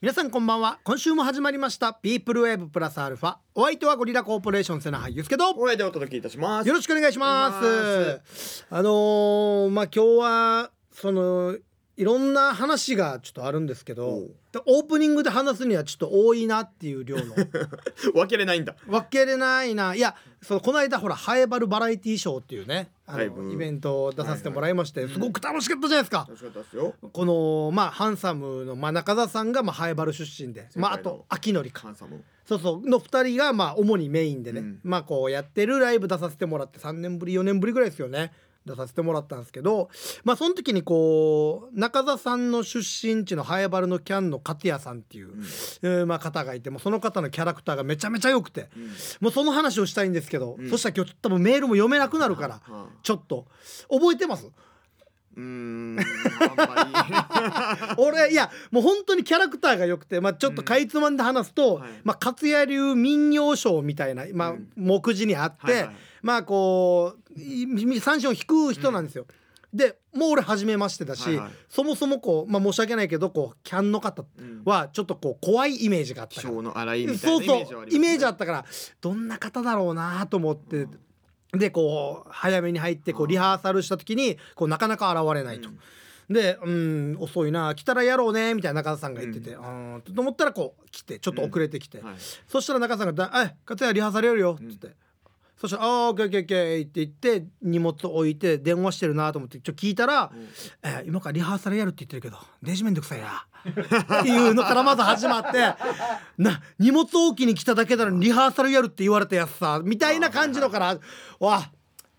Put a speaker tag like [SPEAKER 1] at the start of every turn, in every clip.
[SPEAKER 1] 皆さんこんばんは今週も始まりましたピープルウェーブプラスアルファお相手はゴリラコーポレーション瀬名俳優ですけど
[SPEAKER 2] お会いでお届けいたします。
[SPEAKER 1] よろしくお願いします。
[SPEAKER 2] お願いしま
[SPEAKER 1] あのーまあ今日はそのいろんな話がちょっとあるんですけど、
[SPEAKER 2] おう
[SPEAKER 1] でオープニングで話すにはちょっと多いなっていう量 の
[SPEAKER 2] 分けれないんだ。
[SPEAKER 1] 分けれないないやそのこの間ほらハエバルバラエティショーっていうねあの、
[SPEAKER 2] はいうん
[SPEAKER 1] イベントを出させてもらいまして、すごく楽しかったじゃないですか。
[SPEAKER 2] 楽しかったですよ。
[SPEAKER 1] このまあハンサムの、まあ、中澤さんがまあハエバル出身で、まあ、あ
[SPEAKER 2] 先輩
[SPEAKER 1] と
[SPEAKER 2] の
[SPEAKER 1] 秋典か
[SPEAKER 2] ハンサム。
[SPEAKER 1] そうそうの2人がまあ主にメインでね、
[SPEAKER 2] うん
[SPEAKER 1] まあこうやってるライブ出させてもらって3年ぶり4年ぶりぐらいですよね出させてもらったんですけどまあその時にこう中田さんの出身地のハエバルのキャンの勝谷さんっていう、
[SPEAKER 2] う
[SPEAKER 1] え
[SPEAKER 2] ん
[SPEAKER 1] ーまあ方がいてもうその方のキャラクターがめちゃめちゃ良くて
[SPEAKER 2] うん
[SPEAKER 1] もうその話をしたいんですけど、
[SPEAKER 2] うん
[SPEAKER 1] そしたら今日多分メールも読めなくなるから
[SPEAKER 2] はあ
[SPEAKER 1] ちょっと覚えてます
[SPEAKER 2] うーん。 あんま
[SPEAKER 1] 俺いやもう本当にキャラクターが良くて、まあ、ちょっとかいつまんで話すと、
[SPEAKER 2] はい
[SPEAKER 1] まあ、勝谷流民謡賞みたいな、まあ
[SPEAKER 2] うん
[SPEAKER 1] 目次にあって、
[SPEAKER 2] り。はいはい
[SPEAKER 1] まあこうい三振を引く人なんですよ。でもう俺初めましてだし、
[SPEAKER 2] はいはい
[SPEAKER 1] そもそもこう、まあ、申し訳ないけどこうキャンの方
[SPEAKER 2] うん
[SPEAKER 1] はちょっとこう怖いイメージがあった
[SPEAKER 2] 気
[SPEAKER 1] から
[SPEAKER 2] 性の荒いみたい
[SPEAKER 1] そう
[SPEAKER 2] なイ
[SPEAKER 1] そ
[SPEAKER 2] メージはあ
[SPEAKER 1] う
[SPEAKER 2] りますね。
[SPEAKER 1] イメージあったからどんな方だろうなと思って、でこう早めに入ってこうリハーサルした時にこうなかなか現れないと。
[SPEAKER 2] うん
[SPEAKER 1] で「うん遅いな来たらやろうね」みたいな中田さんが言ってて「うーん」と思ったらこう来てちょっと遅れてきて、
[SPEAKER 2] はい。
[SPEAKER 1] そしたら中田さんがだ「え勝谷リハーサルやるよ」っつって、そしたら「ああオッケーオッケーオッケー」って言って荷物置いて電話してるなと思ってちょっと聞いたら
[SPEAKER 2] うん
[SPEAKER 1] 「えー今からリハーサルやるって言ってるけどデジめんどくさいな」っていうのからまず始まって 「な荷物置きに来ただけなのにリハーサルやるって言われたやつさ」みたいな感じのから「わ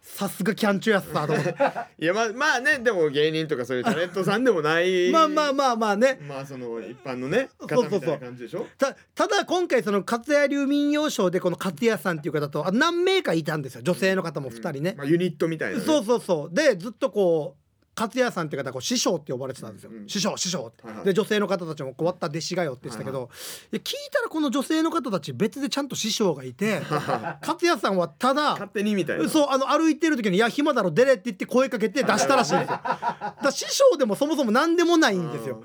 [SPEAKER 1] さすがキャンチュやつさ」と思って。
[SPEAKER 2] いやまあまあねでも芸人とかそういうタレントさんでもない。
[SPEAKER 1] まあまあ
[SPEAKER 2] ま
[SPEAKER 1] まあまあね
[SPEAKER 2] あ。その一般のね
[SPEAKER 1] そう
[SPEAKER 2] 方
[SPEAKER 1] そうそう
[SPEAKER 2] みたいな感じでしょ。
[SPEAKER 1] たただ今回その勝谷流民謡賞でこの勝谷さんっていう方とあ何名かいたんですよ女性の方も2人ね
[SPEAKER 2] ま、あユニットみたいなね。
[SPEAKER 1] そうそうそうでずっとこう勝谷さんっていう方はこう師匠って呼ばれてたんですよ、
[SPEAKER 2] うんうん
[SPEAKER 1] 師匠師匠って、
[SPEAKER 2] はいはい
[SPEAKER 1] で女性の方たちも終わった弟子がよって言ってたけど、いや聞いたらこの女性の方たち別でちゃんと師匠がい て勝谷さんはただ
[SPEAKER 2] 勝手にみたいな。
[SPEAKER 1] そうあの歩いてる時に「いや暇だろ出れ」って言って声かけて出したらしいん ですよ。だから師匠でもそもそも何でもないんですよ。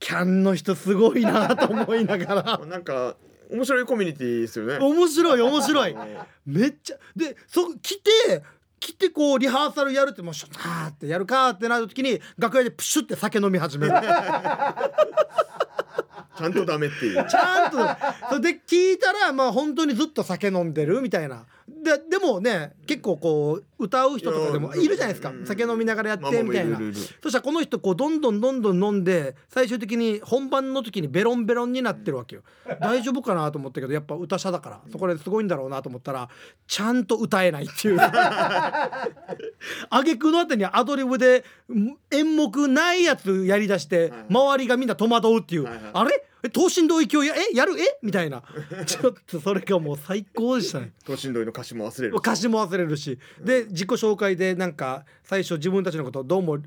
[SPEAKER 1] キャンの人すごいなと思いながら
[SPEAKER 2] うん。なんか面白いコミュニティですよね。
[SPEAKER 1] 面白い面白いめっちゃでそ来て来てこうリハーサルやるってもうシュッはーってやるかーってなる時に楽屋でプシュって酒飲み始める
[SPEAKER 2] ちゃんとダメっていう。
[SPEAKER 1] ちゃんとそれで聞いたらまあ本当にずっと酒飲んでるみたいなででもね結構こう歌う人とかでも
[SPEAKER 2] いや
[SPEAKER 1] いるじゃないですか
[SPEAKER 2] うん
[SPEAKER 1] 酒飲みながらやっ
[SPEAKER 2] まあ
[SPEAKER 1] てみたいな
[SPEAKER 2] もうるるる
[SPEAKER 1] そしたらこの人こうどんどんどんどん飲んで最終的に本番の時にベロンベロンになってるわけよ大丈夫かなと思ったけどやっぱ歌者だからそこですごいんだろうなと思ったらちゃんと歌えないっていう挙句のあてにアドリブでん演目ないやつやりだして
[SPEAKER 2] はい
[SPEAKER 1] 周りがみんな戸惑うっていう
[SPEAKER 2] はいはい
[SPEAKER 1] あれえ等身同意教やえやるえみたいな ちょっとそれがもう最高でした ね
[SPEAKER 2] 等身大の歌詞も忘れる。
[SPEAKER 1] 歌詞も忘れるし、で自己紹介でなんか最初自分たちのことをどうも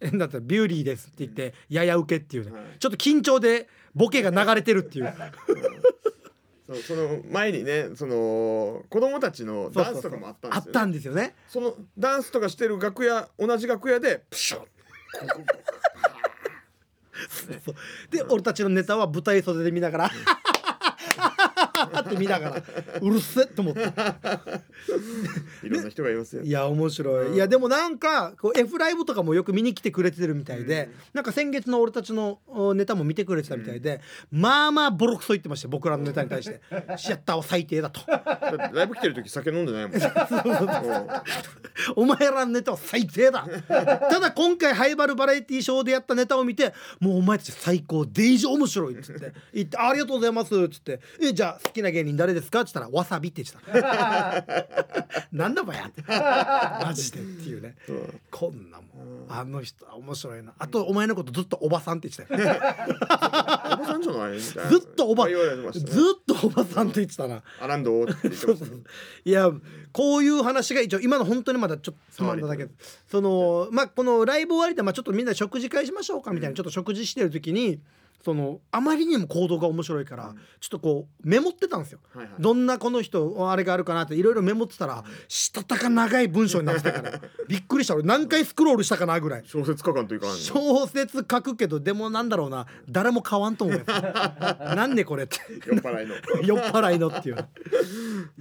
[SPEAKER 1] 変だったらビューリーですって言ってやや受けっていうね、
[SPEAKER 2] はい
[SPEAKER 1] ちょっと緊張でボケが流れてるっていう
[SPEAKER 2] そうその前にねその子供たちの ダンスとかもあったんですよ、ね、
[SPEAKER 1] あったんですよね
[SPEAKER 2] そのダンスとかしてる楽屋同じ楽屋でプシュッ
[SPEAKER 1] そうで俺たちのネタは舞台袖で見ながら って見ながらうるせえと思って
[SPEAKER 2] いろんな人がいますよ、
[SPEAKER 1] いや面白い、いやでもなんかこう F ライブとかもよく見に来てくれてるみたいで、なんか先月の俺たちのおネタも見てくれてたみたいで、まあまあボロクソ言ってましたよ僕らのネタに対して 「シアターは最低だ」と
[SPEAKER 2] だってライブ来てる時酒飲んでないも んう
[SPEAKER 1] 「
[SPEAKER 2] ん
[SPEAKER 1] お前らのネタは最低 だ」ただ今回ハイバルバラエティショーでやったネタを見て「もうお前たち最高デイジ面白い」っつ って「言ってありがとうございます」っつって「えじゃあ好きな芸人誰ですか?」っつったら「わさび」って言って た「なんだばや」ってマジでっていうね。
[SPEAKER 2] そう
[SPEAKER 1] こんなもん、あの人は面白いな。あと、お前のことずっとおばさんって言ってた よ。
[SPEAKER 2] おばさんじゃないみたいな
[SPEAKER 1] ずっとおば、
[SPEAKER 2] 言われてまし、
[SPEAKER 1] ずった
[SPEAKER 2] ね、
[SPEAKER 1] とおばさんって言ってたな。
[SPEAKER 2] アランドって言ってました ね
[SPEAKER 1] いや、こういう話が一応、今の本当にまだちょっとつまんだだけ。その、まあ、このライブ終わりで、まあ、ちょっとみんなで食事会しましょうかみたいな、ちょっと食事してる時に。そのあまりにも行動が面白いから、
[SPEAKER 2] うん
[SPEAKER 1] ちょっとこうメモってたんですよ。
[SPEAKER 2] はいはい
[SPEAKER 1] どんなこの人あれがあるかなっていろいろメモってたらしたたか長い文章になってたから びっくりした俺何回スクロールしたかなぐらい
[SPEAKER 2] 小説家感というかあんの
[SPEAKER 1] 小説書くけどでもなんだろうな誰も買わんと思うや つなんでこれって
[SPEAKER 2] 酔っ払いの
[SPEAKER 1] 酔っ払いのっていう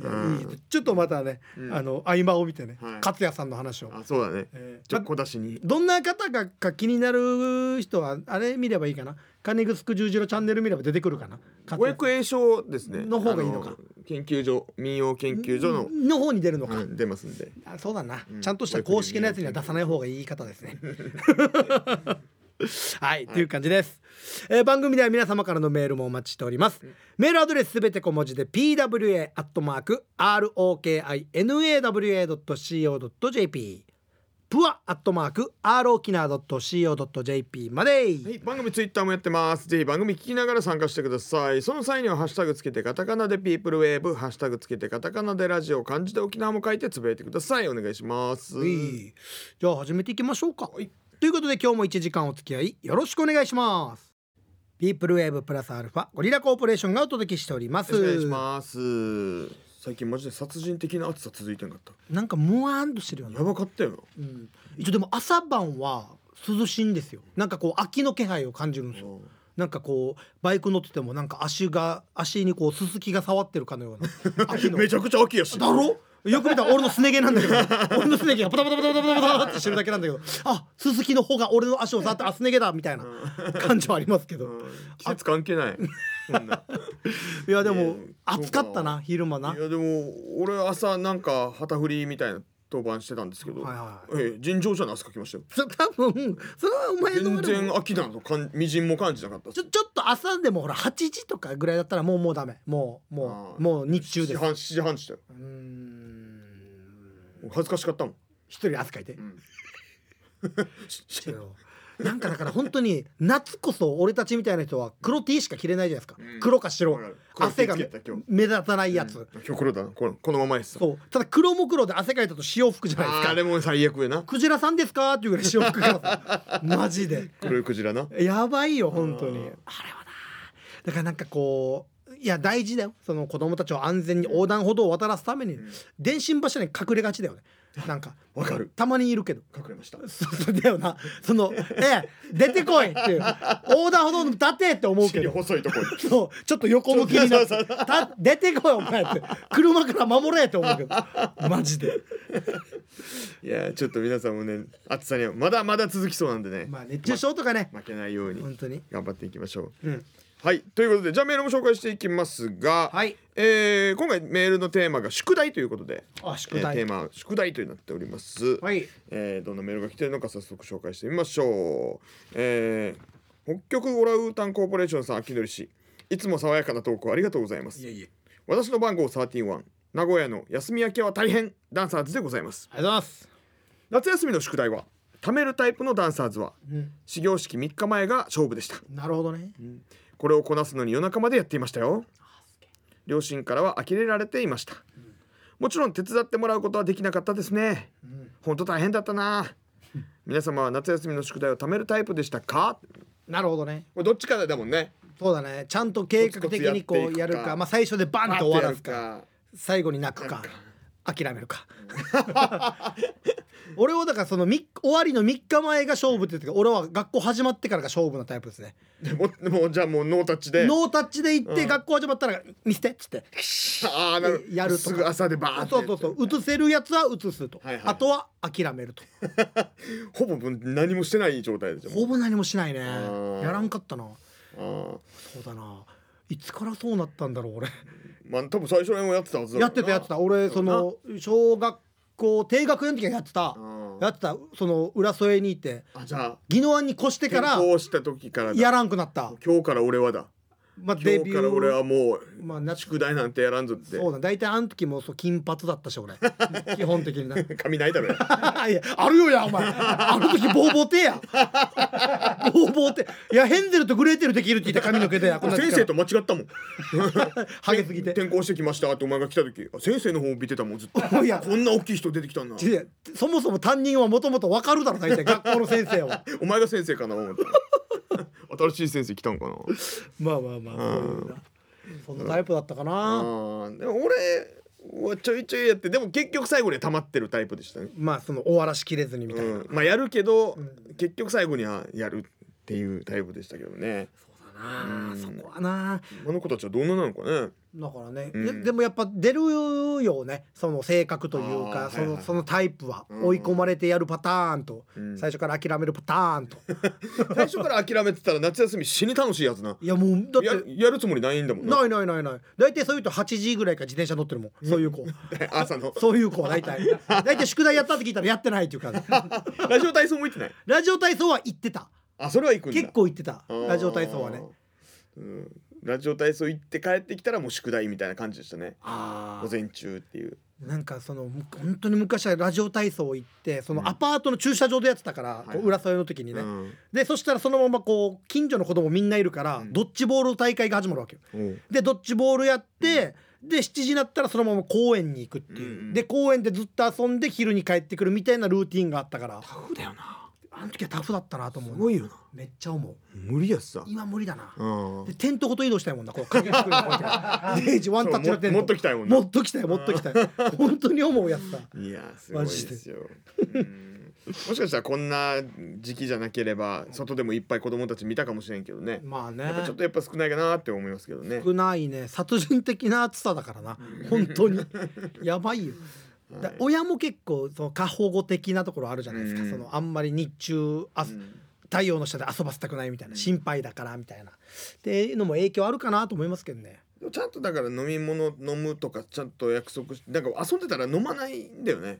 [SPEAKER 2] うん
[SPEAKER 1] いいちょっとまたね、
[SPEAKER 2] うん
[SPEAKER 1] あの合間を見てね、
[SPEAKER 2] はい
[SPEAKER 1] 勝也さんの話を、
[SPEAKER 2] あそうだね
[SPEAKER 1] えー
[SPEAKER 2] ちょ小出しに
[SPEAKER 1] どんな方がか気になる人はあれ見ればいいかな金城十字路チャンネル見れば出てくるかな勝
[SPEAKER 2] 五
[SPEAKER 1] 也
[SPEAKER 2] 役栄唱ですね
[SPEAKER 1] の方がいいのか
[SPEAKER 2] あ研究所民謡研究所の、
[SPEAKER 1] の方に出るのか、
[SPEAKER 2] うん、出ますんで
[SPEAKER 1] あそうだな、
[SPEAKER 2] うん
[SPEAKER 1] ちゃんとした公式のやつには出さない方がいい言い方です ね。はい、という感じです、えー番組では皆様からのメールもお待ちしております、メールアドレスすべて小文字で pwa.rokinawa.co.jp プアアットマーク r o k i n a c o j p まで、
[SPEAKER 2] はい、番組ツイッターもやってます。ぜひ番組聞きながら参加してください。その際にはハッシュタグつけてカタカナでピープルウェーブ、ハッシュタグつけてカタカナでラジオ、漢字で沖縄も書いてつぶやいてください。お願いします。
[SPEAKER 1] はいじゃあ始めていきましょうか、
[SPEAKER 2] はい
[SPEAKER 1] ということで今日も1時間お付き合いよろしくお願いしますピープルウェーブプラスアルファゴリラコーポレーションがお届けしております
[SPEAKER 2] よろしくお願いします。最近マジで殺人的な暑さ続いてんかった。
[SPEAKER 1] なんかもわーんとしてるよね
[SPEAKER 2] やばかったよ な。
[SPEAKER 1] うん、一応でも朝晩は涼しいんですよなんかこう秋の気配を感じるんですよなんかこうバイク乗っててもなんか足が足にこうススキが触ってるかのよう な秋の
[SPEAKER 2] めちゃくちゃ秋やし。
[SPEAKER 1] だろよく見たら俺のすね毛なんだけど俺のすね毛がパタパタパタパタパタパタってしてるだけなんだけどあススキの方が俺の足を触ってあすね毛だみたいな感じはありますけ
[SPEAKER 2] う
[SPEAKER 1] ど
[SPEAKER 2] ん季節関係ない。そんない
[SPEAKER 1] やでも
[SPEAKER 2] ねえ
[SPEAKER 1] 暑かったな昼間なはい
[SPEAKER 2] いやでも俺朝なんか旗振りみたいな当番してたんですけど、
[SPEAKER 1] はい
[SPEAKER 2] ええ尋常じゃない汗かきましたよ。
[SPEAKER 1] そ多分それはお前の
[SPEAKER 2] 全
[SPEAKER 1] 悪い
[SPEAKER 2] 然秋だとかんみじんも感じなかった
[SPEAKER 1] ちょちょっと朝でもほら8時とかぐらいだったらもうもうダメもうもう
[SPEAKER 2] あー
[SPEAKER 1] もう日中です
[SPEAKER 2] 7時半したよ
[SPEAKER 1] うーん
[SPEAKER 2] 恥ずかしかったもん、
[SPEAKER 1] 一人汗かいて、
[SPEAKER 2] ん
[SPEAKER 1] 違う なんかだから本当に夏こそ俺たちみたいな人は黒 T しか着れないじゃないですか、
[SPEAKER 2] うん
[SPEAKER 1] 黒か白
[SPEAKER 2] わかる黒
[SPEAKER 1] 汗が
[SPEAKER 2] T つけた今日
[SPEAKER 1] 目立たないやつ、
[SPEAKER 2] うん今日これだなこのこのままです
[SPEAKER 1] そうただ黒も黒で汗かいたと潮吹くじゃないです
[SPEAKER 2] あ
[SPEAKER 1] か
[SPEAKER 2] れも最悪やな
[SPEAKER 1] クジラさんですかっていうぐらい潮吹くからさ マジで
[SPEAKER 2] 黒いクジラな
[SPEAKER 1] やばいよ本当にあ
[SPEAKER 2] うん
[SPEAKER 1] れはなだからなんかこういや大事だよその子供たちを安全に横断歩道を渡らすために、電信柱に隠れがちだよねなんか
[SPEAKER 2] わかる
[SPEAKER 1] たまにいるけど
[SPEAKER 2] 隠れました
[SPEAKER 1] そうそうだよなその「ええ出てこい!」っていう横断歩道の立てって思うけ
[SPEAKER 2] 尻
[SPEAKER 1] ど
[SPEAKER 2] 細いところ
[SPEAKER 1] そうちょっと横向きになって
[SPEAKER 2] そうそうそう
[SPEAKER 1] た出てこいお前」って車から守れって思うけどマジで
[SPEAKER 2] いやちょっと皆さんもね暑さにはまだまだ続きそうなんでね、
[SPEAKER 1] まあ熱中症とかね
[SPEAKER 2] 負けないように
[SPEAKER 1] 本当に
[SPEAKER 2] 頑張っていきましょう
[SPEAKER 1] うん
[SPEAKER 2] はいということでじゃあメールも紹介していきますが、
[SPEAKER 1] はい
[SPEAKER 2] えー今回メールのテーマが宿題ということで
[SPEAKER 1] あ宿
[SPEAKER 2] えーテ
[SPEAKER 1] 題
[SPEAKER 2] ーマは宿題となっております、
[SPEAKER 1] はい
[SPEAKER 2] えーどんなメールが来てるのか早速紹介してみましょう、えー北極オラウータンコーポレーションさん秋鳥氏いつも爽やかな投稿ありがとうございます
[SPEAKER 1] いえいえ
[SPEAKER 2] 私の番号131名古屋の休み明けは大変ダンサーズでございます
[SPEAKER 1] ありがとうございます
[SPEAKER 2] 夏休みの宿題は貯めるタイプのダンサーズは
[SPEAKER 1] うん
[SPEAKER 2] 始業式3日前が勝負でした
[SPEAKER 1] なるほどね
[SPEAKER 2] これをこなすのに夜中までやっていましたよ両親からは呆れられていましたもちろん手伝ってもらうことはできなかったですね本当大変だったな皆様は夏休みの宿題を貯めるタイプでしたか
[SPEAKER 1] なるほどね
[SPEAKER 2] これどっちかだもんね
[SPEAKER 1] そうだねちゃんと計画的にこ
[SPEAKER 2] コツコ
[SPEAKER 1] う
[SPEAKER 2] ツ
[SPEAKER 1] や
[SPEAKER 2] やってい
[SPEAKER 1] る
[SPEAKER 2] くか
[SPEAKER 1] かまあ最初でバンと終わらすか
[SPEAKER 2] あ
[SPEAKER 1] 最後に泣くか諦めるか 俺はだからそのみ終わりの3日前が勝負って言ってたけど俺は学校始まってからが勝負のタイプですね
[SPEAKER 2] でももうじゃあもうノータッチで
[SPEAKER 1] ノータッチで行って学校始まったら見せてっつって
[SPEAKER 2] ああなる
[SPEAKER 1] やるとか
[SPEAKER 2] すぐ朝でバー
[SPEAKER 1] あ
[SPEAKER 2] って
[SPEAKER 1] そうそうそう映せるやつは映すと
[SPEAKER 2] はいはい
[SPEAKER 1] あとは諦めると
[SPEAKER 2] ほぼ何もしてない状態でじゃ
[SPEAKER 1] ほぼ何もしないね
[SPEAKER 2] ー
[SPEAKER 1] やらんかったな
[SPEAKER 2] ああ
[SPEAKER 1] そうだないつからそうなったんだろう俺
[SPEAKER 2] まあ多分最初ら辺もやってたはずだ
[SPEAKER 1] やってたやってた俺その小学校低学年の時はやってたや
[SPEAKER 2] た
[SPEAKER 1] ってたその浦添にいて
[SPEAKER 2] あじゃあ
[SPEAKER 1] 宜野湾に越して
[SPEAKER 2] 転
[SPEAKER 1] から
[SPEAKER 2] 校した時からだ
[SPEAKER 1] やらんくなった
[SPEAKER 2] 今日から俺はだ
[SPEAKER 1] まあデ
[SPEAKER 2] 今
[SPEAKER 1] ビ
[SPEAKER 2] 日
[SPEAKER 1] ュ
[SPEAKER 2] から俺は
[SPEAKER 1] ー
[SPEAKER 2] も
[SPEAKER 1] まあな
[SPEAKER 2] う宿題なんてやらんぞって
[SPEAKER 1] そうだ大体あの時もそう金髪だったし 俺基本的にな い
[SPEAKER 2] 髪ないだろうよ
[SPEAKER 1] やあるよやお前あの時ボーボーてや ボーボーていやヘンゼルとグレーテルできるって言った髪の毛でやこんな時
[SPEAKER 2] 先
[SPEAKER 1] から
[SPEAKER 2] 生と間違ったもん
[SPEAKER 1] ハゲすぎて
[SPEAKER 2] 転校してきましたってお前が来た時あ先生の方を見てたもんずっと
[SPEAKER 1] いや
[SPEAKER 2] こんな大きい人出てきたん だ
[SPEAKER 1] いやそ もそも担任はもともと分かるだろ大体学校の先生は
[SPEAKER 2] お前が先生かな思ったあ 新しい先生来たんかな
[SPEAKER 1] まあまあまあそういうなそんなタイプだったかな、
[SPEAKER 2] あーでも俺はちょいちょいやってでも結局最後には溜まってるタイプでしたね、
[SPEAKER 1] まあその終わらしきれずにみた
[SPEAKER 2] う
[SPEAKER 1] いな、
[SPEAKER 2] ん、まあやるけど、結局最後にはやるっていうタイプでしたけどね
[SPEAKER 1] そうだな、
[SPEAKER 2] うん
[SPEAKER 1] そこはな
[SPEAKER 2] あの子たちはどんななのかね
[SPEAKER 1] だからね、
[SPEAKER 2] うん
[SPEAKER 1] ででもやっぱ出るよねその性格という
[SPEAKER 2] あー
[SPEAKER 1] かそ
[SPEAKER 2] はい
[SPEAKER 1] の
[SPEAKER 2] はい
[SPEAKER 1] そのタイプは
[SPEAKER 2] うん
[SPEAKER 1] 追い込まれてやるパターンと、
[SPEAKER 2] うん
[SPEAKER 1] 最初から諦めるパターンと
[SPEAKER 2] 最初から諦めてたら夏休み死に楽しいやつない
[SPEAKER 1] やもう だ
[SPEAKER 2] や
[SPEAKER 1] って
[SPEAKER 2] やるつもりないんだもん
[SPEAKER 1] ないないないない大体そういうと8時ぐらいから自転車乗ってるもんそういう子
[SPEAKER 2] 朝の
[SPEAKER 1] そういう子は大体大体宿題やったって聞いたらやってないっていう か
[SPEAKER 2] ラジオ体操も行ってない
[SPEAKER 1] ラジオ体操は行ってた
[SPEAKER 2] あそれは行くんだ
[SPEAKER 1] 結構行ってた
[SPEAKER 2] あー
[SPEAKER 1] ラジオ体操はね
[SPEAKER 2] うんラジオ体操行って帰ってきたらもう宿題みたいな感じでしたね
[SPEAKER 1] あ
[SPEAKER 2] 午前中っていう
[SPEAKER 1] なんかそのむ本当に昔はラジオ体操行ってそのアパートの駐車場でやってたから、
[SPEAKER 2] いはい
[SPEAKER 1] こう裏添えの時にね、
[SPEAKER 2] うん
[SPEAKER 1] でそしたらそのままこう近所の子供みんないるから、
[SPEAKER 2] ん
[SPEAKER 1] ドッジボール大会が始まるわけよ
[SPEAKER 2] うん
[SPEAKER 1] でドッジボールやって、で7時になったらそのまま公園に行くっていう、
[SPEAKER 2] うんうん
[SPEAKER 1] で公園でずっと遊んで昼に帰ってくるみたいなルーティンがあったから
[SPEAKER 2] タフだよな
[SPEAKER 1] あの時はタフだったなと思う
[SPEAKER 2] すごいよな
[SPEAKER 1] めっちゃ思う
[SPEAKER 2] 無理やつさ
[SPEAKER 1] 今無理だな、
[SPEAKER 2] うん
[SPEAKER 1] でテントごと移動したいもんなこう鍵作るこうやっ てデイジワンタッチのテント
[SPEAKER 2] そうももっときたいもんな
[SPEAKER 1] もっときたいもっときたい本当に思うやつだ
[SPEAKER 2] いやすごいですよ。うんもしかしたらこんな時期じゃなければ外でもいっぱい子供たち見たかもしれんけどね。
[SPEAKER 1] まあね
[SPEAKER 2] やっぱちょっとやっぱ少ないかなって思いますけどね。
[SPEAKER 1] 少ないね殺人的な暑さだからな本当 にやばいよだ親も結構その過保護的なところあるじゃないですか、
[SPEAKER 2] うん
[SPEAKER 1] そのあんまり日中あ、
[SPEAKER 2] うん
[SPEAKER 1] 太陽の下で遊ばせたくないみたいな心配だからみたいなっていうのも影響あるかなと思いますけどね
[SPEAKER 2] でもちゃんとだから飲み物飲むとかちゃんと約束してなんか遊んでたら飲まないんだよね。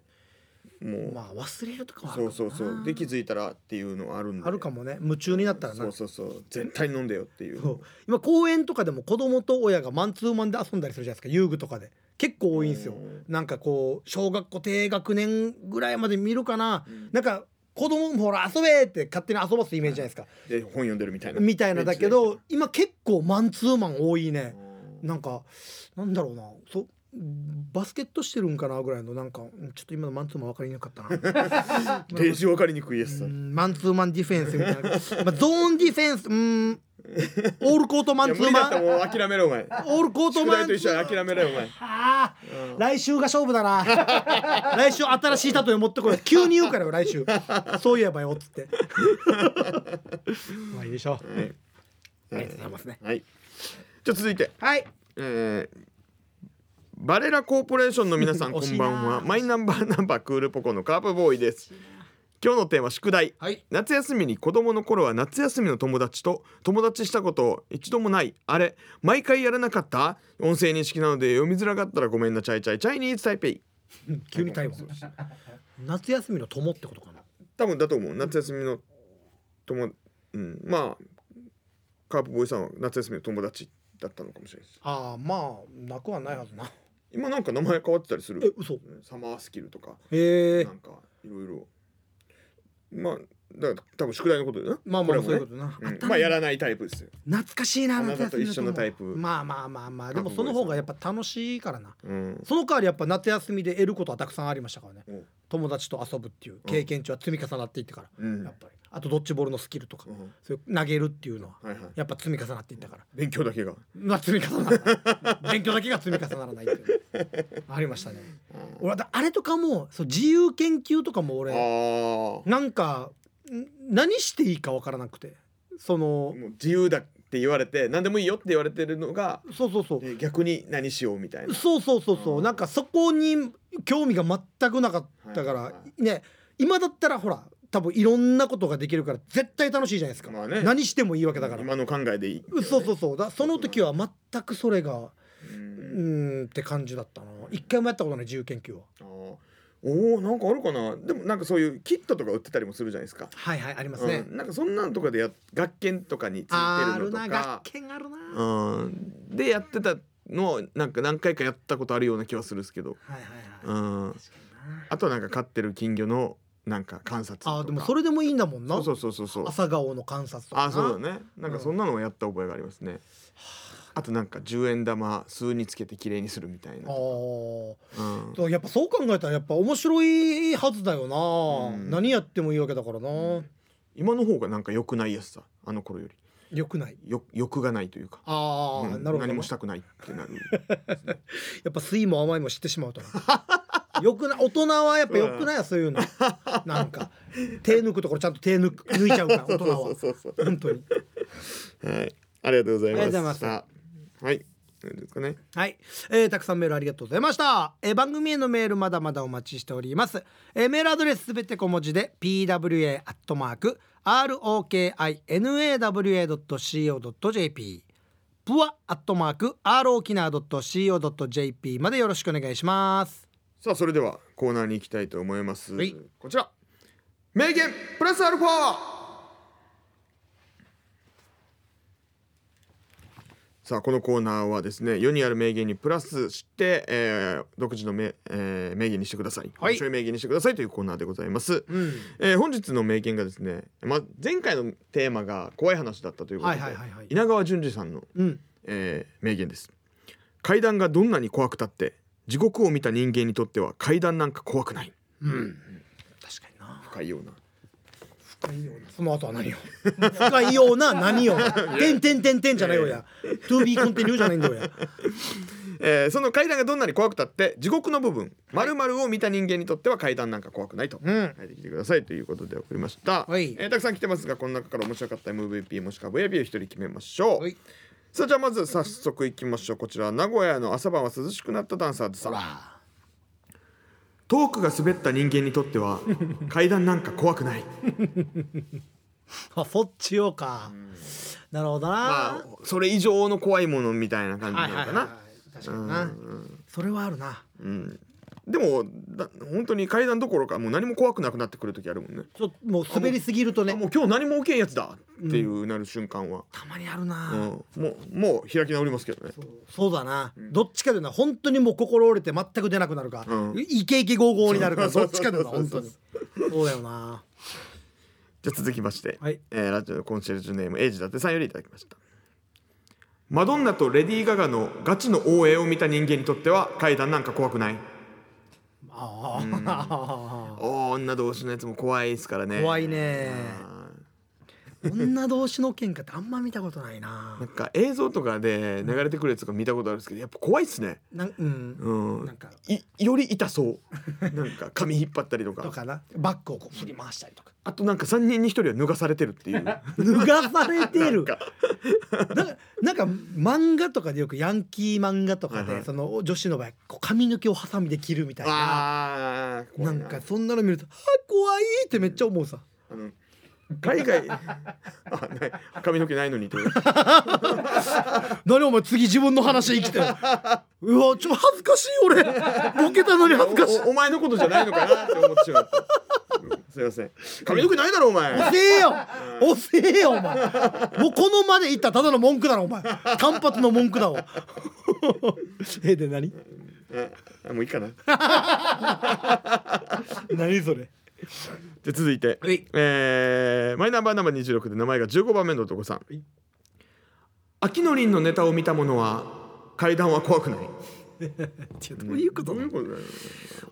[SPEAKER 2] もう、
[SPEAKER 1] まあ忘れるとかはある
[SPEAKER 2] そ
[SPEAKER 1] か
[SPEAKER 2] う
[SPEAKER 1] も
[SPEAKER 2] そうそうで気
[SPEAKER 1] ず
[SPEAKER 2] づいたらっていうのはあるんで。
[SPEAKER 1] あるかもね夢中になったらな
[SPEAKER 2] そうそうそう絶対飲んでよっていう。
[SPEAKER 1] そう今公園とかでも子供と親がマンツーマンで遊んだりするじゃないですか遊具とかで結構多いんですよ
[SPEAKER 2] うん
[SPEAKER 1] なんかこう小学校低学年ぐらいまで見るかな、
[SPEAKER 2] ん
[SPEAKER 1] なんか子供もほら遊べって勝手に遊ばすイメージじゃないですか、
[SPEAKER 2] で本読んでるみたいな。
[SPEAKER 1] みたいなだけど今結構マンツーマン多いね
[SPEAKER 2] う、ん。
[SPEAKER 1] なんかなんだろうなそバスケットしてるんかなぐらいのなんかうんちょっと今のマンツーマン分かりにくかった な
[SPEAKER 2] デージ分かりにくいやつ
[SPEAKER 1] う
[SPEAKER 2] さ。
[SPEAKER 1] んマンツーマンディフェンスみたいな、まあ、ゾーンディフェンスうんオールコートマ
[SPEAKER 2] い
[SPEAKER 1] ン
[SPEAKER 2] や
[SPEAKER 1] ツ
[SPEAKER 2] 無
[SPEAKER 1] ー
[SPEAKER 2] 理だ
[SPEAKER 1] マ
[SPEAKER 2] ったら
[SPEAKER 1] ン
[SPEAKER 2] もう諦めろ お前。
[SPEAKER 1] オールコート
[SPEAKER 2] 宿
[SPEAKER 1] マン
[SPEAKER 2] 題
[SPEAKER 1] ツ
[SPEAKER 2] と一緒
[SPEAKER 1] ーマン
[SPEAKER 2] に諦めろよお前。
[SPEAKER 1] あー
[SPEAKER 2] うん
[SPEAKER 1] 来週が勝負だ な来週新しい例え持ってこい急に言うからよ来週そういえばよっつって まあいいでしょう、
[SPEAKER 2] は
[SPEAKER 1] あ
[SPEAKER 2] い
[SPEAKER 1] りがとうございますね
[SPEAKER 2] はい。じゃあ続いて、
[SPEAKER 1] はい
[SPEAKER 2] えーバレラコーポレーションの皆さん
[SPEAKER 1] 惜
[SPEAKER 2] こ
[SPEAKER 1] し
[SPEAKER 2] ん
[SPEAKER 1] い
[SPEAKER 2] ば
[SPEAKER 1] なん
[SPEAKER 2] は。マイナンバーナンバークールポコのカープボーイです。今日のテーマ宿題。
[SPEAKER 1] はい
[SPEAKER 2] 夏休みに子供の頃は夏休みの友達と友達したこと一度もないあれ毎回やらなかった音声認識なので読みづらかったらごめんなチャイチャイチャイニーズタイペイ
[SPEAKER 1] 急に逮捕夏休みの友ってことかな
[SPEAKER 2] 多分だと思う夏休みの友うんまあカープボーイさんは夏休みの友達だったのかもしれないです
[SPEAKER 1] ああまあなくはないはずな
[SPEAKER 2] 今なんか名前変わってたりす
[SPEAKER 1] え
[SPEAKER 2] る
[SPEAKER 1] 嘘
[SPEAKER 2] サマースキルとか
[SPEAKER 1] へえ
[SPEAKER 2] なんかいろいろまあだから多分宿題のことだよな
[SPEAKER 1] まあまあ
[SPEAKER 2] こ
[SPEAKER 1] そうい
[SPEAKER 2] れ
[SPEAKER 1] う
[SPEAKER 2] も
[SPEAKER 1] こ
[SPEAKER 2] ね
[SPEAKER 1] とな、
[SPEAKER 2] うん
[SPEAKER 1] ったね
[SPEAKER 2] まあやらないタイプですよ、
[SPEAKER 1] 懐かしいな
[SPEAKER 2] あなた
[SPEAKER 1] 夏
[SPEAKER 2] と
[SPEAKER 1] 休み
[SPEAKER 2] 一緒の
[SPEAKER 1] 友
[SPEAKER 2] タイプ
[SPEAKER 1] まあまあまあまあでもその方がやっぱ楽しいからな
[SPEAKER 2] うん、
[SPEAKER 1] その代わりやっぱ夏休みで得ることはたくさんありましたからね
[SPEAKER 2] うん
[SPEAKER 1] 友達と遊ぶっていう経験値は積み重なっていってから、
[SPEAKER 2] うん
[SPEAKER 1] やっぱりあとドッジボールのスキルとか、
[SPEAKER 2] うん
[SPEAKER 1] そういう投げるっていうのは
[SPEAKER 2] はいはい
[SPEAKER 1] やっぱ積み重なってい ったから、
[SPEAKER 2] 勉強だけが
[SPEAKER 1] まあ積み重ならない勉強だけが積み重ならないっていうのありましたね俺はだあれとかもそう自由研究とかも
[SPEAKER 2] ああ
[SPEAKER 1] 俺
[SPEAKER 2] も
[SPEAKER 1] なんかん何していいかわからなくてその
[SPEAKER 2] う自由だって言われて何でもいいよって言われてるのが
[SPEAKER 1] そうそうそう
[SPEAKER 2] で逆に何しようみたいな
[SPEAKER 1] そうそうそうそううんなんかそこに興味が全くなかったから
[SPEAKER 2] はいは
[SPEAKER 1] ね今だったらほら多分いろんなことができるから絶対楽しいじゃないですか、
[SPEAKER 2] まあね
[SPEAKER 1] 何してもいいわけだから、
[SPEAKER 2] 今の考えでいい、
[SPEAKER 1] そうそうそうだその時は全くそれが
[SPEAKER 2] う
[SPEAKER 1] うんーんって感じだったな一回もやったことない自由研究は
[SPEAKER 2] あーおーなんかあるかなでもなんかそういうキットとか売ってたりもするじゃないですか、
[SPEAKER 1] はいはいありますね、
[SPEAKER 2] うん、なんかそんなのとかでや学研とかについ
[SPEAKER 1] あ
[SPEAKER 2] てる
[SPEAKER 1] る
[SPEAKER 2] の
[SPEAKER 1] な
[SPEAKER 2] とか
[SPEAKER 1] 学研あるな、はい
[SPEAKER 2] うん、でやってたのをなんか何回かやったことあるような気はするんですけど、
[SPEAKER 1] はいはい、
[SPEAKER 2] うん、
[SPEAKER 1] 確かにな
[SPEAKER 2] あとなんか飼ってる金魚のなんか観察とか
[SPEAKER 1] あーでもそれでもいいんだもんな
[SPEAKER 2] そうそうそうそうそう
[SPEAKER 1] 朝顔の観察とかな
[SPEAKER 2] あそうだねなんかそんなのをやった覚えがありますね、あとなんか10円玉数につけて綺麗にするみたい
[SPEAKER 1] あ
[SPEAKER 2] な、
[SPEAKER 1] ー
[SPEAKER 2] うん、
[SPEAKER 1] そうやっぱそう考えたらやっぱ面白いはずだよな、
[SPEAKER 2] うん
[SPEAKER 1] 何やってもいいわけだからな、
[SPEAKER 2] 今の方がなんか良くないやつさあの頃より
[SPEAKER 1] よくない
[SPEAKER 2] よ欲がないというか、
[SPEAKER 1] ああ、
[SPEAKER 2] うん
[SPEAKER 1] なるほど、
[SPEAKER 2] 何もしたくないってなる
[SPEAKER 1] やっぱ酸いも甘いも知ってしまうとなよくな大人はやっぱよくないよそういうのなんか手抜くところちゃんと手抜く抜いちゃうから大人は
[SPEAKER 2] そうそう
[SPEAKER 1] 本当に
[SPEAKER 2] はい、ありがとうございま
[SPEAKER 1] ありがとう
[SPEAKER 2] す。
[SPEAKER 1] ござい
[SPEAKER 2] ます。はい、どうですかね。
[SPEAKER 1] はい、えーたくさんメールありがとうございました、えー番組へのメールまだまだお待ちしております、えーメールアドレスすべて小文字で pwa アットマーク rokinawa.co.jp プアアットマーク rokina.co.jp までよろしくお願いします
[SPEAKER 2] さあ、それではコーナーに行きたいと思います。
[SPEAKER 1] はい
[SPEAKER 2] こちら。名言プラスアルファ。さあこのコーナーはですね世にある名言にプラスして、えー独自の名、えー名言にしてください、
[SPEAKER 1] はい
[SPEAKER 2] 面白い名言にしてくださいというコーナーでございます、
[SPEAKER 1] うん
[SPEAKER 2] えー本日の名言がですね、まあ、前回のテーマが怖い話だったということで、
[SPEAKER 1] はいはいはいはい
[SPEAKER 2] 稲川淳二さんの
[SPEAKER 1] うん
[SPEAKER 2] えー名言です階段がどんなに怖くたって地獄を見た人間にとっては階段なんか怖くない
[SPEAKER 1] うん確かにな
[SPEAKER 2] 深いような
[SPEAKER 1] 深いようなその後は何よ深いような何よてんてんてんてんじゃないよや To be continue じゃないんだよや
[SPEAKER 2] えーその階段がどんなに怖くたって地獄の部分丸々を見た人間にとっては階段なんか怖くないと、
[SPEAKER 1] うん
[SPEAKER 2] 書いてきてくださいということで送りました、
[SPEAKER 1] はい
[SPEAKER 2] えーたくさん来てますがこの中から面白かった MVP もしくは VIP を一人決めましょう、
[SPEAKER 1] はい
[SPEAKER 2] さあじゃあまず早速いきましょうこちら名古屋の朝晩は涼しくなったダンサーズさんトークが滑った人間にとっ ては階段なんか怖くない
[SPEAKER 1] あそっちよか、なるほどな、
[SPEAKER 2] まあそれ以上の怖いものみたいな感じ
[SPEAKER 1] は
[SPEAKER 2] ないの
[SPEAKER 1] はい
[SPEAKER 2] か
[SPEAKER 1] はい
[SPEAKER 2] な。
[SPEAKER 1] 確かにな、それはあるな
[SPEAKER 2] うんでもだ本当に階段どころかもう何も怖くなくなってくる時あるもんね。
[SPEAKER 1] ちょっともう滑りすぎるとね
[SPEAKER 2] あもう今日何も起きんやつだっていうなる瞬間は、
[SPEAKER 1] たまにある
[SPEAKER 2] うん
[SPEAKER 1] な、
[SPEAKER 2] もうもう開き直りますけどね。
[SPEAKER 1] そうだな、どっちかでな本当にもう心折れて全く出なくなるか、
[SPEAKER 2] うん
[SPEAKER 1] イケイケゴーゴーになるから
[SPEAKER 2] そ
[SPEAKER 1] ど
[SPEAKER 2] う
[SPEAKER 1] っちかでな
[SPEAKER 2] そう
[SPEAKER 1] 本当
[SPEAKER 2] そうそう
[SPEAKER 1] にそうだよな
[SPEAKER 2] じゃあ続きまして、
[SPEAKER 1] はい
[SPEAKER 2] えーラジオのコンシェルジュネームエイジ伊達さんよりいただきました。マドンナとレディー・ガガのガチの応援を見た人間にとっては階段なんか怖くない。
[SPEAKER 1] ああ、
[SPEAKER 2] おー女同士のやつも怖いですからね。
[SPEAKER 1] 怖いね
[SPEAKER 2] あー
[SPEAKER 1] 女同士の喧嘩ってあんま見たことないな
[SPEAKER 2] なんか映像とかで流れてくるやつが見たことあるんですけどやっぱ怖いっすね。
[SPEAKER 1] なんうん、
[SPEAKER 2] うん
[SPEAKER 1] なんか
[SPEAKER 2] いより 痛そうなんか髪引っ張ったりとか
[SPEAKER 1] とかなバッグをこう振り回したり とか
[SPEAKER 2] あとなんか3人に1人は脱がされてるっ ていう
[SPEAKER 1] 脱がされて
[SPEAKER 2] な
[SPEAKER 1] る
[SPEAKER 2] んか
[SPEAKER 1] なんかなんか漫画とかでよくヤンキー漫画とか
[SPEAKER 2] はいはい
[SPEAKER 1] でその女子の場合こう髪の毛をハサミで切るみたいな
[SPEAKER 2] あー
[SPEAKER 1] な
[SPEAKER 2] 怖い
[SPEAKER 1] ん
[SPEAKER 2] な
[SPEAKER 1] かそんなの見ると「あ怖い!」ってめっちゃ思うさ
[SPEAKER 2] あの海 外あない髪の毛ないのにと
[SPEAKER 1] 「何お前次自分の話生きてる うわちょ恥ずかしい俺ボケたのに恥ずかしい
[SPEAKER 2] おお前のことじゃないのかなって思ってしまった、うんすいません髪の毛ないだろお前
[SPEAKER 1] 遅えよ遅えよお前もうこのまで言ったらただの文句だろお前単発の文句だわ えで何
[SPEAKER 2] あもういいかな
[SPEAKER 1] 何それ
[SPEAKER 2] で続いて、
[SPEAKER 1] はい
[SPEAKER 2] えーマイナンバーナンバー26で名前が15番目の男さん、秋の凛のネタを見た者は階段は怖くない
[SPEAKER 1] ちょどういうこと
[SPEAKER 2] どういうことだよね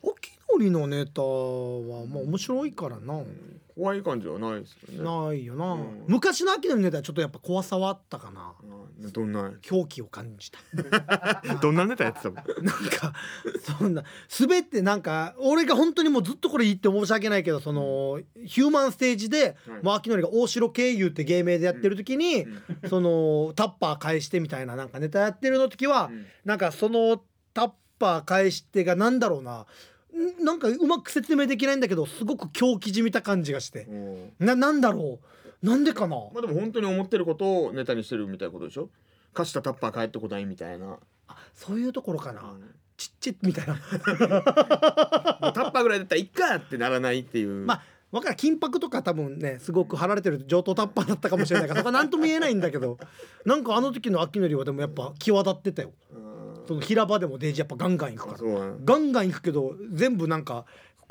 [SPEAKER 1] 沖のりのネタはまあ面白いからな、
[SPEAKER 2] 怖い感じはないですよね
[SPEAKER 1] ないよな、
[SPEAKER 2] ん
[SPEAKER 1] 昔の秋のネタはちょっとやっぱ怖さはあったかな
[SPEAKER 2] うんどんな
[SPEAKER 1] 狂気を感 じた
[SPEAKER 2] どんなネタやってたの
[SPEAKER 1] なんかそんな滑ってなんか俺が本当にもうずっとこれ言って申し訳ないけどそのヒューマンステージで、
[SPEAKER 2] はい
[SPEAKER 1] もう秋のりが大城経由って芸名でやってる時に、そのタッパー返してみたいななんかネタやってるの時は、
[SPEAKER 2] うん
[SPEAKER 1] なんかそのタッパー返してがなんだろうなんなんかうまく説明できないんだけどすごく狂気じみた感じがして
[SPEAKER 2] うん
[SPEAKER 1] ななんだろうなんでかな
[SPEAKER 2] まあでも本当に思ってることをネタにしてるみたいなことでしょ貸したタッパー帰ってこないみたいな
[SPEAKER 1] あそういうところかな、
[SPEAKER 2] も
[SPEAKER 1] ちっちゃみたいな
[SPEAKER 2] うタッパーぐらいだったらいっかってならないっていう
[SPEAKER 1] まあわからん金箔とか多分ねすごく貼られてる上等タッパーだったかもしれ ないからそこは何とも言えないんだけどなんかあの時の秋のりはでもやっぱ際立ってたよ
[SPEAKER 2] うん
[SPEAKER 1] その平場でもデイジやっぱガンガン行くか
[SPEAKER 2] あ
[SPEAKER 1] ら
[SPEAKER 2] そうなん
[SPEAKER 1] ガンガン行くけど全部なんか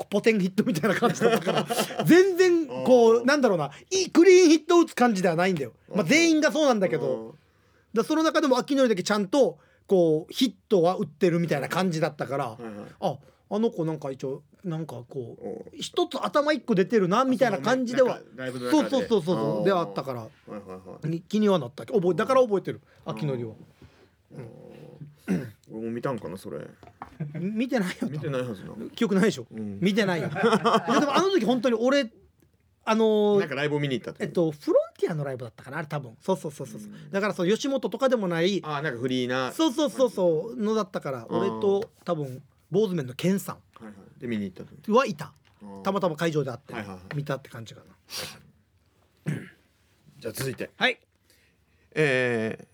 [SPEAKER 1] ポテンヒットみたいな感じだったから 全然こ
[SPEAKER 2] あ
[SPEAKER 1] う
[SPEAKER 2] ー
[SPEAKER 1] なんだろうないいクリーンヒット打つ感じではないんだよ、ま
[SPEAKER 2] あ
[SPEAKER 1] あ、
[SPEAKER 2] ー
[SPEAKER 1] 全員がそうなんだけどだその中でも秋のりだけちゃんとこうヒットは打ってるみたいな感じだったから
[SPEAKER 2] うんはいはい
[SPEAKER 1] ああの子なんか一応なんかこう
[SPEAKER 2] お
[SPEAKER 1] 一つ頭一個出てるなみたいな感じでは
[SPEAKER 2] そうねなんかライブの
[SPEAKER 1] そ
[SPEAKER 2] 中
[SPEAKER 1] う
[SPEAKER 2] で
[SPEAKER 1] そうそうそうそう
[SPEAKER 2] あー
[SPEAKER 1] ではあったから
[SPEAKER 2] はいはいはい
[SPEAKER 1] に気にはなったけど覚えだから覚えてる秋のりは
[SPEAKER 2] 俺も見たんかなそれ
[SPEAKER 1] み見てないよ
[SPEAKER 2] 見てないはずな
[SPEAKER 1] 多分記憶ないでしょ、
[SPEAKER 2] うん
[SPEAKER 1] 見てない よいやでもあの時本当に俺あのー
[SPEAKER 2] なんかライブを見に行った
[SPEAKER 1] えっとフロンティアのライブだったかなあれ多分そうそうそうそう、うだからそう吉本とかでもない
[SPEAKER 2] あーなんかフリーな
[SPEAKER 1] そうそうそうそうのだったから
[SPEAKER 2] うん
[SPEAKER 1] 俺と多分坊主面のケンさ
[SPEAKER 2] はいはいで見に行ったと
[SPEAKER 1] んはいた
[SPEAKER 2] うん
[SPEAKER 1] たまたま会場で会って
[SPEAKER 2] はいはいはい
[SPEAKER 1] 見たって感じかな
[SPEAKER 2] じゃあ続いて
[SPEAKER 1] はい
[SPEAKER 2] えー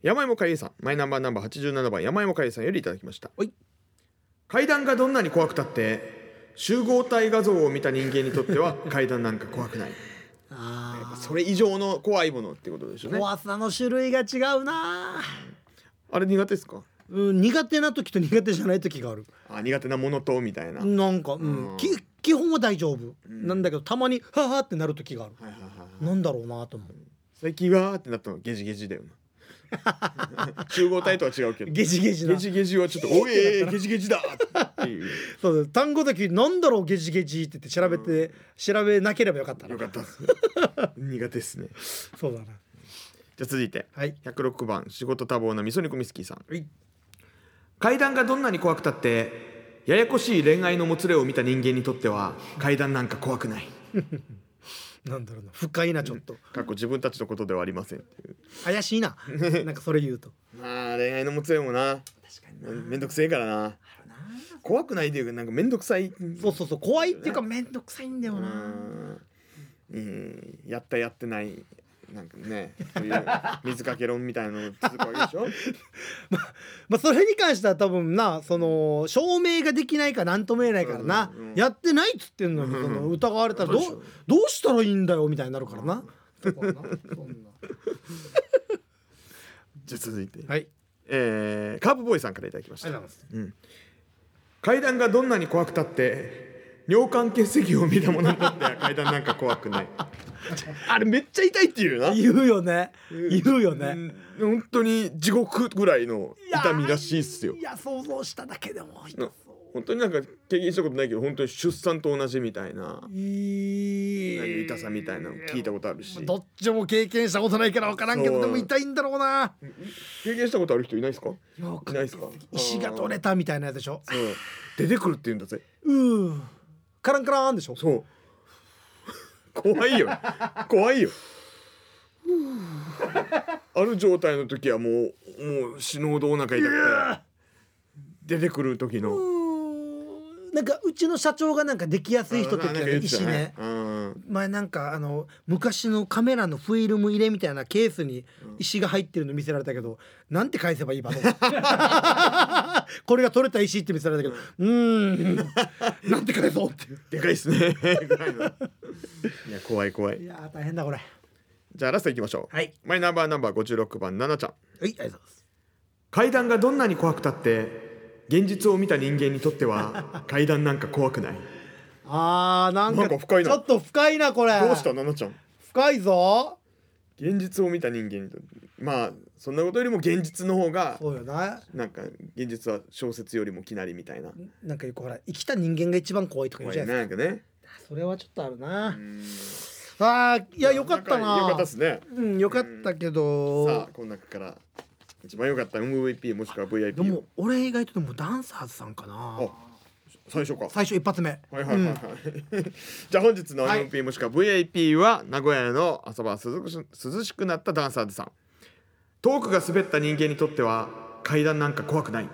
[SPEAKER 2] 山芋かゆいさんマイナンバーナンバー87番山芋かゆいさんよりいただきました
[SPEAKER 1] はい
[SPEAKER 2] 階段がどんなに怖くたって集合体画像を見た人間にと っては階段なんか怖くない
[SPEAKER 1] あ
[SPEAKER 2] それ以上の怖いものってことでしょ
[SPEAKER 1] ー
[SPEAKER 2] うね
[SPEAKER 1] 怖さの種類が違うな
[SPEAKER 2] あれ苦手ですか
[SPEAKER 1] うん苦手な時と苦手じゃない時がある
[SPEAKER 2] あ苦手なものとみたいな、はい
[SPEAKER 1] なんか、うん
[SPEAKER 2] うん
[SPEAKER 1] き基本は大丈夫、なんだけどたまに「はあはあ」ってなる時がある、
[SPEAKER 2] はいはい
[SPEAKER 1] なんだろうなと思う
[SPEAKER 2] 最近はーってなったのゲジゲジだよ な集合体とは違うけど
[SPEAKER 1] ゲジゲジな
[SPEAKER 2] ゲジゲジはちょっと「おえ ー、ゲジゲジだ!」っていう
[SPEAKER 1] そうだ単語だけ「なんだろうゲジゲジ」って言って調べて、調べなければよかったな
[SPEAKER 2] よかったっす 苦手っすね
[SPEAKER 1] そうだな
[SPEAKER 2] じゃあ続いて
[SPEAKER 1] はい
[SPEAKER 2] 106番仕事多忙なみそ煮込みすきさん
[SPEAKER 1] はい
[SPEAKER 2] 階段がどんなに怖くたってややこしい恋愛のもつれを見た人間にとっては階段なんか怖くない
[SPEAKER 1] なんだろうな深いなちょっと
[SPEAKER 2] 過去自分たちのことではありませんっていう
[SPEAKER 1] 怪しい ななんかそれ言うと
[SPEAKER 2] まあ恋愛のもつれも
[SPEAKER 1] 確
[SPEAKER 2] な
[SPEAKER 1] か
[SPEAKER 2] めめんどくせえからな怖くないというかなんかめんどくさい
[SPEAKER 1] そうそうそう怖いっていうか面倒くさいんだよ
[SPEAKER 2] う
[SPEAKER 1] なん
[SPEAKER 2] うんやったやってないなんかねそう いう水かけ論みたいなの続くわけでしょ
[SPEAKER 1] まあそれに関しては多分なその証明ができないか何とも言えないからな、
[SPEAKER 2] うんうん
[SPEAKER 1] やってないっつってんのにその疑われたらど
[SPEAKER 2] そう
[SPEAKER 1] うどうしたらいいんだよみたいになるからな。そこはなそんな
[SPEAKER 2] じゃあ続いて、
[SPEAKER 1] はい。
[SPEAKER 2] えーカープボーイさんからいただきました
[SPEAKER 1] す。
[SPEAKER 2] 階段がどんなに怖くたって尿管結石を見たものにとって は階段なんか怖くないあれめっちゃ痛いっていうな
[SPEAKER 1] 言うよね。言うよね。
[SPEAKER 2] 本当に地獄ぐらいの痛みらしいっすよ
[SPEAKER 1] いや想像しただけでも痛
[SPEAKER 2] な
[SPEAKER 1] そ
[SPEAKER 2] 本当になんか経験したことないけど本当に出産と同じみたいな
[SPEAKER 1] う。い
[SPEAKER 2] なんか
[SPEAKER 1] い
[SPEAKER 2] 痛さみたいなの聞いたことあるし
[SPEAKER 1] どっちも経験したことないから分からんけ
[SPEAKER 2] そ
[SPEAKER 1] ど
[SPEAKER 2] う
[SPEAKER 1] でも痛いんだろうな。
[SPEAKER 2] 経験したことある人いない ですか
[SPEAKER 1] よ
[SPEAKER 2] いないですか
[SPEAKER 1] 石が取れたみたいなやつでしょ。
[SPEAKER 2] うん出てくるって言うんだぜ
[SPEAKER 1] うー。カランカランでしょ。
[SPEAKER 2] そう怖いよ怖いよある状態の時はもうもう死ぬほどお腹痛くて出てくる時
[SPEAKER 1] う
[SPEAKER 2] の
[SPEAKER 1] ーんなんかうちの社長がなんかできやすい人って言ってたよね石ね。
[SPEAKER 2] うん
[SPEAKER 1] 前なんかあの昔のカメラのフィルム入れみたいなケースに石が入ってるの見せられたけど、なんて返せばいいば これが取れた石って見せられたけどうーんなんて返そうっていう
[SPEAKER 2] でかい っすねぐらいのいや怖い怖い
[SPEAKER 1] いやー大変だこれ
[SPEAKER 2] じゃあラストいきましょう、
[SPEAKER 1] はい
[SPEAKER 2] マイナンバーナンバー56番ななちゃん
[SPEAKER 1] はいありがとうございます
[SPEAKER 2] 階段がどんなに怖くたって現実を見た人間にとっては階段なんか怖くない
[SPEAKER 1] あーなんか
[SPEAKER 2] なんか深いな
[SPEAKER 1] ちょっと深いなこれ
[SPEAKER 2] どうしたななちゃん
[SPEAKER 1] 深いぞ
[SPEAKER 2] 現実を見た人間にとまあそんなことよりも現実の方が
[SPEAKER 1] そうよな
[SPEAKER 2] なんか現実は小説よりもきなりみたいな
[SPEAKER 1] なんかよくほら生きた人間が一番怖いとか言
[SPEAKER 2] 怖
[SPEAKER 1] う
[SPEAKER 2] い
[SPEAKER 1] じゃな
[SPEAKER 2] ね
[SPEAKER 1] い
[SPEAKER 2] なんかね
[SPEAKER 1] ですかそれはちょっとあるな
[SPEAKER 2] うん
[SPEAKER 1] あーいやよかったな
[SPEAKER 2] よかったですね
[SPEAKER 1] うんよかったけ
[SPEAKER 2] さ
[SPEAKER 1] ど
[SPEAKER 2] あこの中から一番良かった MVP もしくは
[SPEAKER 1] で
[SPEAKER 2] VIP を
[SPEAKER 1] も俺意外とでもダンサーズさんかな
[SPEAKER 2] あ最初か
[SPEAKER 1] 最初一発目
[SPEAKER 2] はいはいはいはい、 じゃあ本日の
[SPEAKER 1] はい
[SPEAKER 2] MP もしくは VIP は名古屋の朝晩涼し涼しくなったダンサーズさんトークが滑った人間にとっては階段なんか怖くない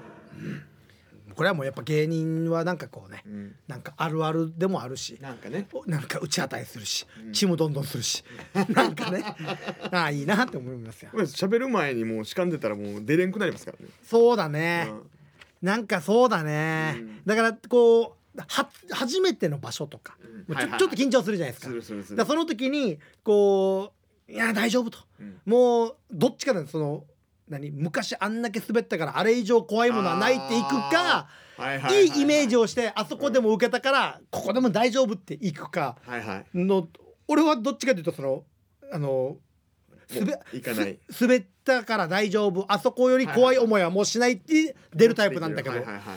[SPEAKER 1] これはもうやっぱ芸人はなんかこうね、
[SPEAKER 2] ん
[SPEAKER 1] なんかあるあるでもあるし
[SPEAKER 2] なんかね
[SPEAKER 1] おなんか打ち当たりするし、チームどんどんするし なんかねああいいなって思いますよ
[SPEAKER 2] これ喋る前にもうしかんでたらもう出れんくなりますからね
[SPEAKER 1] そうだね、
[SPEAKER 2] うん
[SPEAKER 1] なんかそうだね、だからこうは初めての場所とか、もうちょ
[SPEAKER 2] はいはいはい
[SPEAKER 1] ちょっと緊張するじゃないですか
[SPEAKER 2] するするする
[SPEAKER 1] だからその時にこういや大丈夫と、
[SPEAKER 2] うん
[SPEAKER 1] もうどっちかなんですその何昔あんだけ滑ったからあれ以上怖いものはないっていくか
[SPEAKER 2] あーはいはい
[SPEAKER 1] いいイメージ
[SPEAKER 2] を
[SPEAKER 1] をしてあそこでも受けたからここでも大丈夫っていくか
[SPEAKER 2] はいはい
[SPEAKER 1] の俺はどっちかというとそのあのすべ
[SPEAKER 2] もう行かない
[SPEAKER 1] す滑ったから大丈夫あそこより怖い思いはもうしないって出るタイプなんだけど
[SPEAKER 2] はいはいはいはい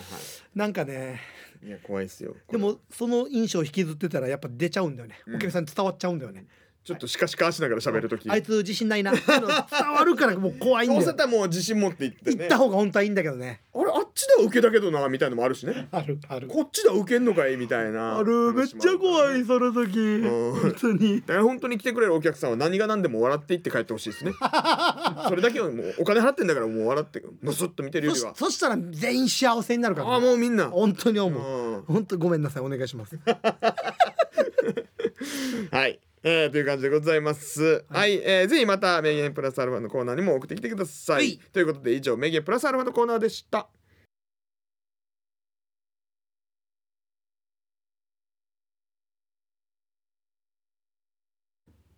[SPEAKER 1] なんかね
[SPEAKER 2] いや怖いですよ
[SPEAKER 1] でもその印象を引きずってたらやっぱ出ちゃうんだよね、お客さんに伝わっちゃうんだよね
[SPEAKER 2] ちょっとしかしかしながら喋るとき
[SPEAKER 1] あいつ自信ないなっていうのが伝わるからもう怖いん
[SPEAKER 2] ど
[SPEAKER 1] だ
[SPEAKER 2] う
[SPEAKER 1] よ
[SPEAKER 2] せたらもう自信持っていって
[SPEAKER 1] 行
[SPEAKER 2] ね
[SPEAKER 1] った方が本当はいいんだけどね
[SPEAKER 2] あれあっちでは受けだけどなみたいのもあるしね
[SPEAKER 1] あるある
[SPEAKER 2] こっちでは受けんのかいみたいな
[SPEAKER 1] あるめっちゃ怖いその時、
[SPEAKER 2] ん
[SPEAKER 1] 本当に
[SPEAKER 2] だから本当に来てくれるお客さんは何が何でも笑っていって帰ってほしいですねそれだけはもうお金払ってんだからもう笑ってむすっと見てるよ
[SPEAKER 1] そし
[SPEAKER 2] りは
[SPEAKER 1] そしたら全員幸せになるから、
[SPEAKER 2] ああもうみんな
[SPEAKER 1] 本当に思う
[SPEAKER 2] うん
[SPEAKER 1] 本当ごめんなさいお願いします
[SPEAKER 2] はい、えーという感じでございます。はい、えーぜひまた名言プラスアルファのコーナーにも送ってきてください。
[SPEAKER 1] はい
[SPEAKER 2] ということで以上名言プラスアルファのコーナーでした。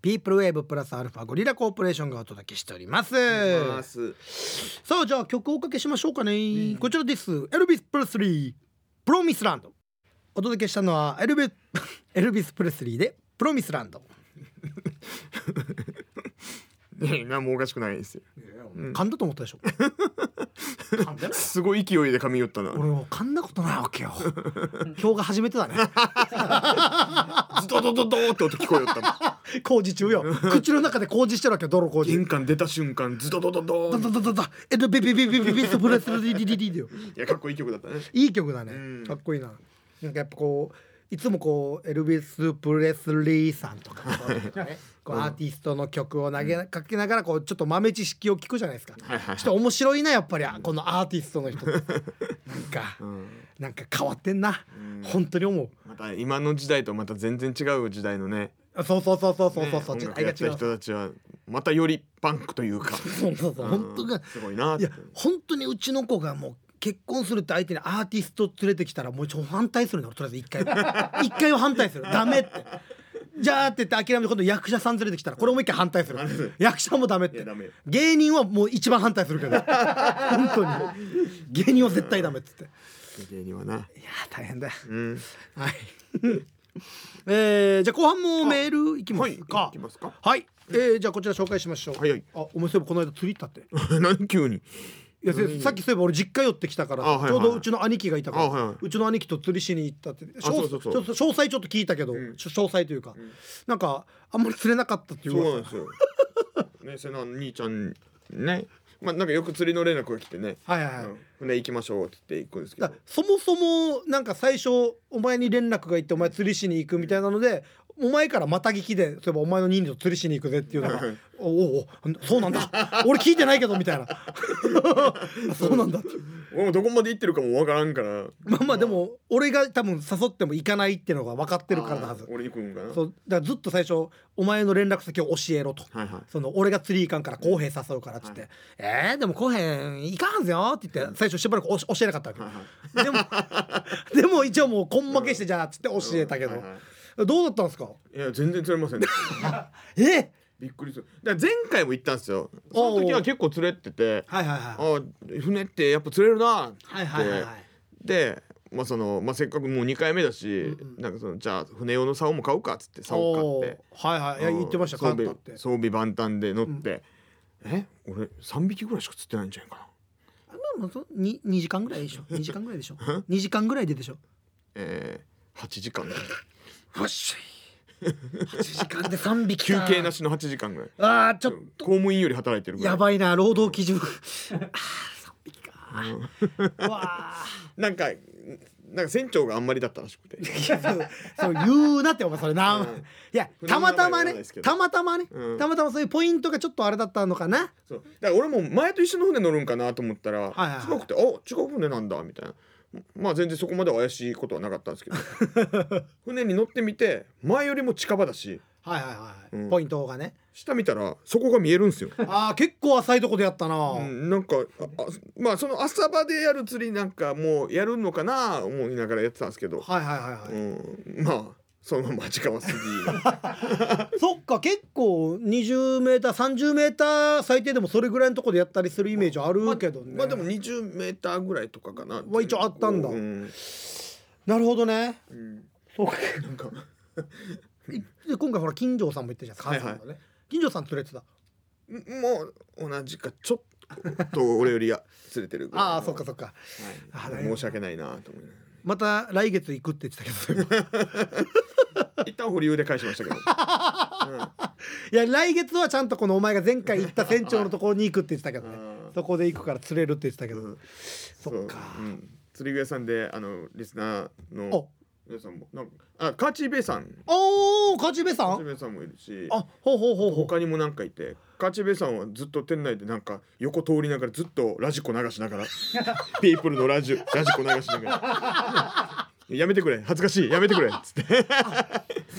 [SPEAKER 1] ピープルウェーブプラスアルファゴリラコーポレーションがお届けしております
[SPEAKER 2] ます
[SPEAKER 1] さあじゃあ曲をおかけしましょうかね、こちらですエルビス・プレスリープロミスランドお届けしたのはエルビ エルビス・プレスリーでプロミスランド、
[SPEAKER 2] ねえ何もおかしくないですよ。
[SPEAKER 1] 噛んだと思ったでしょ噛んでない
[SPEAKER 2] すごい勢いで髪寄ったな。
[SPEAKER 1] 俺もう噛んだことないわけよ今日が初めてだね
[SPEAKER 2] ズドドドドーって音聞こえよったもん。
[SPEAKER 1] 工事中よ口の中で工事してるわけよ泥工事
[SPEAKER 2] 玄関出た瞬間ズドドドド
[SPEAKER 1] だ
[SPEAKER 2] ーン。
[SPEAKER 1] だだだだエルビビビビビビス・プレスリーディディディディよ
[SPEAKER 2] いやかっこいい曲だったね。
[SPEAKER 1] いい曲だ
[SPEAKER 2] うん
[SPEAKER 1] ね。かっこいいな。なんかやっぱこういつもこうエルビス・プレスリーさんと かこうなんかねこうアーティストの曲を投げかけながらこうちょっと豆知識を聞くじゃないですか。
[SPEAKER 2] はいはい
[SPEAKER 1] ちょっと面白いなやっぱりあこのアーティストの人ってなんかなんか変わってんな本当に思う。
[SPEAKER 2] また今の時代とまた全然違う時代のね。
[SPEAKER 1] あそうそうそうそうそう
[SPEAKER 2] ね
[SPEAKER 1] そうそう
[SPEAKER 2] 音
[SPEAKER 1] 時
[SPEAKER 2] 楽
[SPEAKER 1] 代が
[SPEAKER 2] やって
[SPEAKER 1] 違
[SPEAKER 2] た
[SPEAKER 1] う。
[SPEAKER 2] 人たちはまたよりパンクというか。
[SPEAKER 1] そうそうそう本当
[SPEAKER 2] うん
[SPEAKER 1] が
[SPEAKER 2] すごいなっ
[SPEAKER 1] い
[SPEAKER 2] て
[SPEAKER 1] や。本当にうちの子がもう結婚するって相手にアーティスト連れてきたらもうちょ反対するの俺とりあえず一回 一回は反対するダメってじゃあって言って諦めて今度役者さん連れてきたらこれもう一回反対する役者もダメっ
[SPEAKER 2] い
[SPEAKER 1] て
[SPEAKER 2] やダメよ
[SPEAKER 1] 芸人はもう一番反対するけど本当に芸人は絶対ダメっつってい
[SPEAKER 2] 芸人はな。
[SPEAKER 1] やー大変だよ
[SPEAKER 2] うん。
[SPEAKER 1] はい えー、じゃあ後半もメールいきま
[SPEAKER 2] はい。
[SPEAKER 1] すか
[SPEAKER 2] いきますか。
[SPEAKER 1] はい、えー、じゃあこちら紹介しましょう
[SPEAKER 2] はいはい
[SPEAKER 1] あお前そういえばこの間釣り行ったって
[SPEAKER 2] 何急に
[SPEAKER 1] いやせさっきそういえば俺実家寄ってきたから
[SPEAKER 2] あはいはい
[SPEAKER 1] ちょうどうちの兄貴がいたから、
[SPEAKER 2] あはいはいう
[SPEAKER 1] ちの兄貴と釣りしに行ったって
[SPEAKER 2] あそうそうそう
[SPEAKER 1] ちょっと詳細ちょっと聞いたけど、ちょ詳細というか、なんかあんまり釣れなかったっていう
[SPEAKER 2] そうなん
[SPEAKER 1] 噂
[SPEAKER 2] です よね瀬名兄ちゃんねまあなんかよく釣りの連絡が来てね、
[SPEAKER 1] はいはいはい、
[SPEAKER 2] うん船行きましょうって言って行くんですけ
[SPEAKER 1] だ
[SPEAKER 2] ど
[SPEAKER 1] からそもそもなんか最初お前に連絡がいってお前釣りしに行くみたいなのでお前からまた聞きでそういえばお前の人数釣りしに行くぜっていうのが
[SPEAKER 2] はい
[SPEAKER 1] 「おおうおそうなん だ俺聞いてないけど」みたいな「そうなんだって」
[SPEAKER 2] 俺もどこまで行ってるかもわからんから
[SPEAKER 1] まあまあでも俺が多分誘っても行かないっていうのが分かってるからだはず
[SPEAKER 2] あー俺に来るんかな
[SPEAKER 1] そうだからずっと最初お前の連絡先を教えろと。
[SPEAKER 2] はいはい
[SPEAKER 1] その俺が釣り行かんから浩平誘うからっつって「えー、でも浩平行かんすよ」って言って最初しばらくおし教えなかったわけ、でも でも一応もう根負けしてじゃあっつって教えたけど、
[SPEAKER 2] はいは
[SPEAKER 1] どうだったんですか
[SPEAKER 2] い、いや全然釣れませんでした
[SPEAKER 1] えー、
[SPEAKER 2] びっくりするだから前回も行ったんですよその時は結構釣れてて
[SPEAKER 1] はいはい
[SPEAKER 2] あ
[SPEAKER 1] はい
[SPEAKER 2] ー船ってやっぱ釣れるなって
[SPEAKER 1] はいはいはいはい
[SPEAKER 2] で、まあそのまあ、せっかくもう2回目だし、なんかそのじゃあ船用の竿も買おうかっつって竿を
[SPEAKER 1] お
[SPEAKER 2] 買って
[SPEAKER 1] ーはいはいいや
[SPEAKER 2] うん
[SPEAKER 1] 言ってました
[SPEAKER 2] 装
[SPEAKER 1] 勝っ
[SPEAKER 2] 備
[SPEAKER 1] たって
[SPEAKER 2] 装備万端で乗って、え俺3匹ぐらいしか釣ってないんじゃないかな
[SPEAKER 1] あまあそに2時間ぐらいで しょ2時間ぐらいでしょ2時間ぐらいででしょ
[SPEAKER 2] えー、8時間ぐらい
[SPEAKER 1] よっし ゃい8時間で3匹
[SPEAKER 2] 休
[SPEAKER 1] か
[SPEAKER 2] 憩なしの8時間ぐらい
[SPEAKER 1] あーちょっと
[SPEAKER 2] 公務員より働いてるぐらい
[SPEAKER 1] やばいな労働基準あ3匹か、うわあ
[SPEAKER 2] なんかなんか船長があんまりだったらしくて
[SPEAKER 1] いやそう そう言うなってお前それな、いやたまたま
[SPEAKER 2] 船の
[SPEAKER 1] ね
[SPEAKER 2] 名前は言わないですけど
[SPEAKER 1] たまたまね、
[SPEAKER 2] うん
[SPEAKER 1] たまたまそういうポイントがちょっとあれだったのかな
[SPEAKER 2] そうだから俺も前と一緒の船乗るんかなと思ったら、
[SPEAKER 1] はいはい
[SPEAKER 2] 違くて「あ違う船なんだ」みたいな。まあ全然そこまでは怪しいことはなかったんですけど 船に乗ってみて前よりも近場だし
[SPEAKER 1] はいはいはい、
[SPEAKER 2] うん
[SPEAKER 1] ポイントがね
[SPEAKER 2] 下見たらそこが見えるんですよ
[SPEAKER 1] ああ結構浅いとこでやったな、
[SPEAKER 2] うんなんかああまあその浅場でやる釣りなんかもうやるのかな思いながらやってたんですけど、
[SPEAKER 1] はいはいはいはい、
[SPEAKER 2] うん、まあそのまま時間は過ぎ
[SPEAKER 1] そっか結構 20m30m 最低でもそれぐらいのとこでやったりするイメージあるけどね、
[SPEAKER 2] まあでも20メーターぐらいとかかな
[SPEAKER 1] は一応あったんだ
[SPEAKER 2] うん
[SPEAKER 1] なるほどね
[SPEAKER 2] うん
[SPEAKER 1] そうか
[SPEAKER 2] な んか
[SPEAKER 1] で今回ほら金城さんも言ってたじゃん、
[SPEAKER 2] はいはい
[SPEAKER 1] 関西のね金城さん連れてた
[SPEAKER 2] んもう同じかちょっと俺よりや釣れてるぐらいの
[SPEAKER 1] ああそっかそっかあ
[SPEAKER 2] は、
[SPEAKER 1] ないるほど
[SPEAKER 2] 申し訳ないなと思いながら
[SPEAKER 1] また来月行くって言ってたけど
[SPEAKER 2] 一旦保留で返し ましたけど
[SPEAKER 1] いや来月はちゃんとこのお前が前回行った船長のところに行くって言ってたけどね
[SPEAKER 2] うん
[SPEAKER 1] そこで行くから釣れるって言ってたけど、そっか
[SPEAKER 2] ううん、釣り具屋さんであのリスナーの
[SPEAKER 1] お
[SPEAKER 2] 皆さんもなんかあカーチーベイさん
[SPEAKER 1] おお勝ち部さ
[SPEAKER 2] カーチー
[SPEAKER 1] ん
[SPEAKER 2] ベイさんもいるし
[SPEAKER 1] あほうほうほうほう
[SPEAKER 2] 他にもなんかいてカーチーベイさんはずっと店内でなんか横通りながらずっとラジコ流しなが らピープルのラジオラジコ流しながらやめてくれ恥ずかしいやめてくれっつって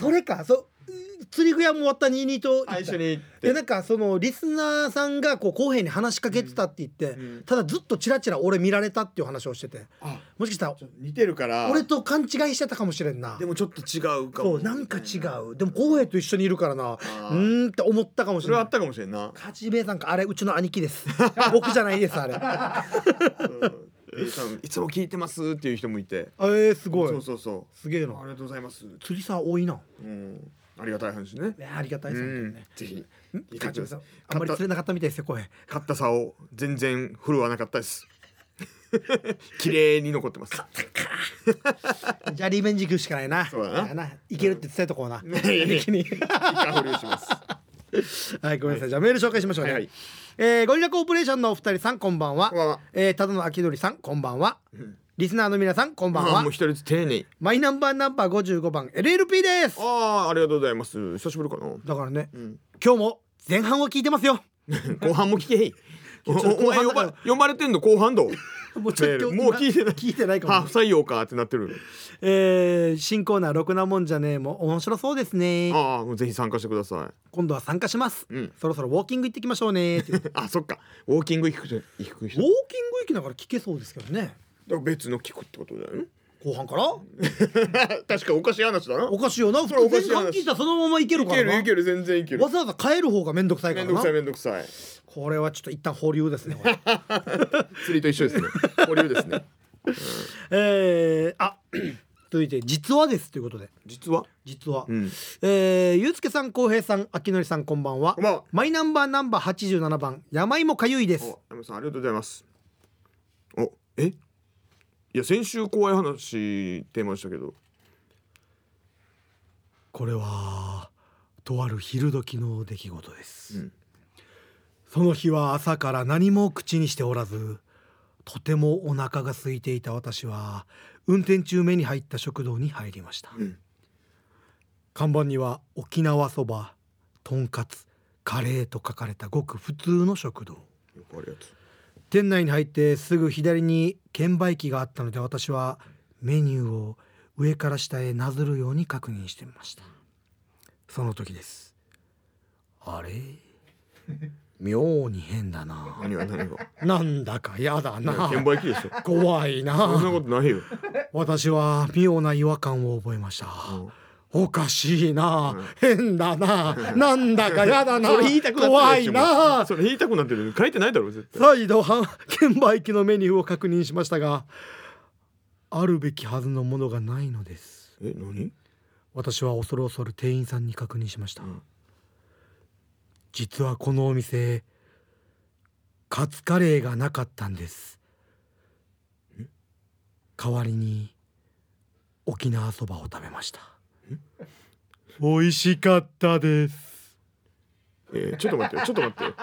[SPEAKER 1] それかそう釣り具屋も終わった22と行った
[SPEAKER 2] あ一緒に行っ
[SPEAKER 1] で
[SPEAKER 2] て
[SPEAKER 1] なんかそのリスナーさんがこう公平に話しかけてたって言って、
[SPEAKER 2] んうん
[SPEAKER 1] ただずっとチラチラ俺見られたっていう話をしてて
[SPEAKER 2] あ
[SPEAKER 1] もしかしたら
[SPEAKER 2] ちょっと似てるから
[SPEAKER 1] 俺と勘違いしてたかもしれんな
[SPEAKER 2] でもちょっと違うか
[SPEAKER 1] そ
[SPEAKER 2] も
[SPEAKER 1] うなんか違うでも公平と一緒にいるからなうーんって思ったかもし
[SPEAKER 2] そ
[SPEAKER 1] れ
[SPEAKER 2] れ
[SPEAKER 1] な
[SPEAKER 2] はあ
[SPEAKER 1] い
[SPEAKER 2] ったかもしれ んな
[SPEAKER 1] カジベイさんかあれうちの兄貴です 僕じゃないですあれ
[SPEAKER 2] ベイさんいつも聞いてますっていう人もいて
[SPEAKER 1] えー、すごい
[SPEAKER 2] そうそうそ
[SPEAKER 1] すげえ
[SPEAKER 2] う
[SPEAKER 1] な
[SPEAKER 2] ありがとうございます
[SPEAKER 1] 釣りさ多いな、
[SPEAKER 2] うんありがたい話ね
[SPEAKER 1] ね、ありがたいです
[SPEAKER 2] う
[SPEAKER 1] 本当に
[SPEAKER 2] ん
[SPEAKER 1] ね、
[SPEAKER 2] ぜひ
[SPEAKER 1] ん
[SPEAKER 2] いい
[SPEAKER 1] カ
[SPEAKER 2] 感
[SPEAKER 1] ジベ
[SPEAKER 2] じで
[SPEAKER 1] イさ
[SPEAKER 2] す
[SPEAKER 1] んあんまり釣れなかったみたいですよ公平
[SPEAKER 2] 買った竿を全然振るわなかったです。 綺麗に残ってます。
[SPEAKER 1] じゃあリベンジ行くしかないな
[SPEAKER 2] そうだな
[SPEAKER 1] やいけるって伝えとこうな、
[SPEAKER 2] いやいやいや
[SPEAKER 1] 一気に
[SPEAKER 2] 一回保留し ます。
[SPEAKER 1] はい、ごめんなさい。じゃあメール紹介しましょうね。
[SPEAKER 2] はいはい
[SPEAKER 1] えーゴリラコーポレーションのお二人さん、こんばんは。
[SPEAKER 2] こんばんは
[SPEAKER 1] えー、ただの秋鳥さん、こんばんは。リスナーの皆さん、こんばん
[SPEAKER 2] ああ
[SPEAKER 1] は
[SPEAKER 2] もう。一人ずつ丁寧に。
[SPEAKER 1] マイナンバーナンバー55番 LLP です。
[SPEAKER 2] ああありがとうございます。久しぶりかな。
[SPEAKER 1] だからね、
[SPEAKER 2] ん
[SPEAKER 1] 今日も前半を聞いてますよ。
[SPEAKER 2] 後半も聞けへい。お
[SPEAKER 1] ちょっと
[SPEAKER 2] お
[SPEAKER 1] 後
[SPEAKER 2] 前
[SPEAKER 1] 半だ
[SPEAKER 2] 呼ば呼ばれてんの後半 だ。
[SPEAKER 1] もうちょっと
[SPEAKER 2] メールもう聞いてな い
[SPEAKER 1] 聞いてないかも
[SPEAKER 2] ハー。フ採用かってなってる。
[SPEAKER 1] えー、新コーナーろくなもんじゃねえも面白そうですね。
[SPEAKER 2] ああもうぜひ参加してくださ
[SPEAKER 1] 今度は参加します。
[SPEAKER 2] うん
[SPEAKER 1] そろそろウォーキング行ってきましょうねっていう。
[SPEAKER 2] い。 あそっかウォーキング行く人行く
[SPEAKER 1] ウォーキング
[SPEAKER 2] 人。だか
[SPEAKER 1] 行きながら聞けそうですけどね。
[SPEAKER 2] ら別の聞くってことだよね。
[SPEAKER 1] 後半から
[SPEAKER 2] 確かおかしい話だな。
[SPEAKER 1] おかしいよな。
[SPEAKER 2] それおかしい話
[SPEAKER 1] 前半聞いたらそのままいける
[SPEAKER 2] い
[SPEAKER 1] か
[SPEAKER 2] け
[SPEAKER 1] ら
[SPEAKER 2] る。
[SPEAKER 1] ない
[SPEAKER 2] ける全然いける
[SPEAKER 1] わ。ざわざ帰る方がめんどくさいか
[SPEAKER 2] め
[SPEAKER 1] ら
[SPEAKER 2] んど
[SPEAKER 1] な
[SPEAKER 2] くさいめんどくさい。
[SPEAKER 1] これはちょっと一旦保留ですねこ れ
[SPEAKER 2] 釣りと一緒ですね。保留です ね。
[SPEAKER 1] えー、あ 続いて実はですということで
[SPEAKER 2] 実は。
[SPEAKER 1] 実は、
[SPEAKER 2] うん。
[SPEAKER 1] えー、ゆうすけさん浩平さん秋典さんこんばんは
[SPEAKER 2] こんばんは。
[SPEAKER 1] マイナンバーナンバー87番山芋かゆいです
[SPEAKER 2] お、山さんありがとうございます。お、え？いや先週怖い話出ましたけど、
[SPEAKER 1] これはとある昼時の出来事です、
[SPEAKER 2] うん
[SPEAKER 1] その日は朝から何も口にしておらずとてもお腹が空いていた私は運転中目に入った食堂に入りました、
[SPEAKER 2] うん
[SPEAKER 1] 看板には沖縄そばとんかつカレーと書かれたごく普通の食堂
[SPEAKER 2] よくあるやつ。
[SPEAKER 1] 店内に入ってすぐ左に券売機があったので私はメニューを上から下へなぞるように確認してみましたその時ですあれ妙に変だな
[SPEAKER 2] 何が何 が。
[SPEAKER 1] なんだかやだな
[SPEAKER 2] 券売機ですよ。
[SPEAKER 1] 怖い
[SPEAKER 2] そんな
[SPEAKER 1] な
[SPEAKER 2] ことないよ。
[SPEAKER 1] 私は妙な違和感を覚えました、おかしいな、変だな、なんだかやだな
[SPEAKER 2] それ言いたくなってる
[SPEAKER 1] 怖いな
[SPEAKER 2] それ言いたくなってる。書いてないだろ絶対。
[SPEAKER 1] 再度は券売機のメニューを確認しましたがあるべきはずのものがないのです
[SPEAKER 2] え、何？
[SPEAKER 1] 私は恐る恐る店員さんに確認しました、
[SPEAKER 2] ん
[SPEAKER 1] 実はこのお店カツカレーがなかったんです代わりに沖縄そばを食べました美味しかったです
[SPEAKER 2] えーちょっと待ってよ。ちょっと待ってよ。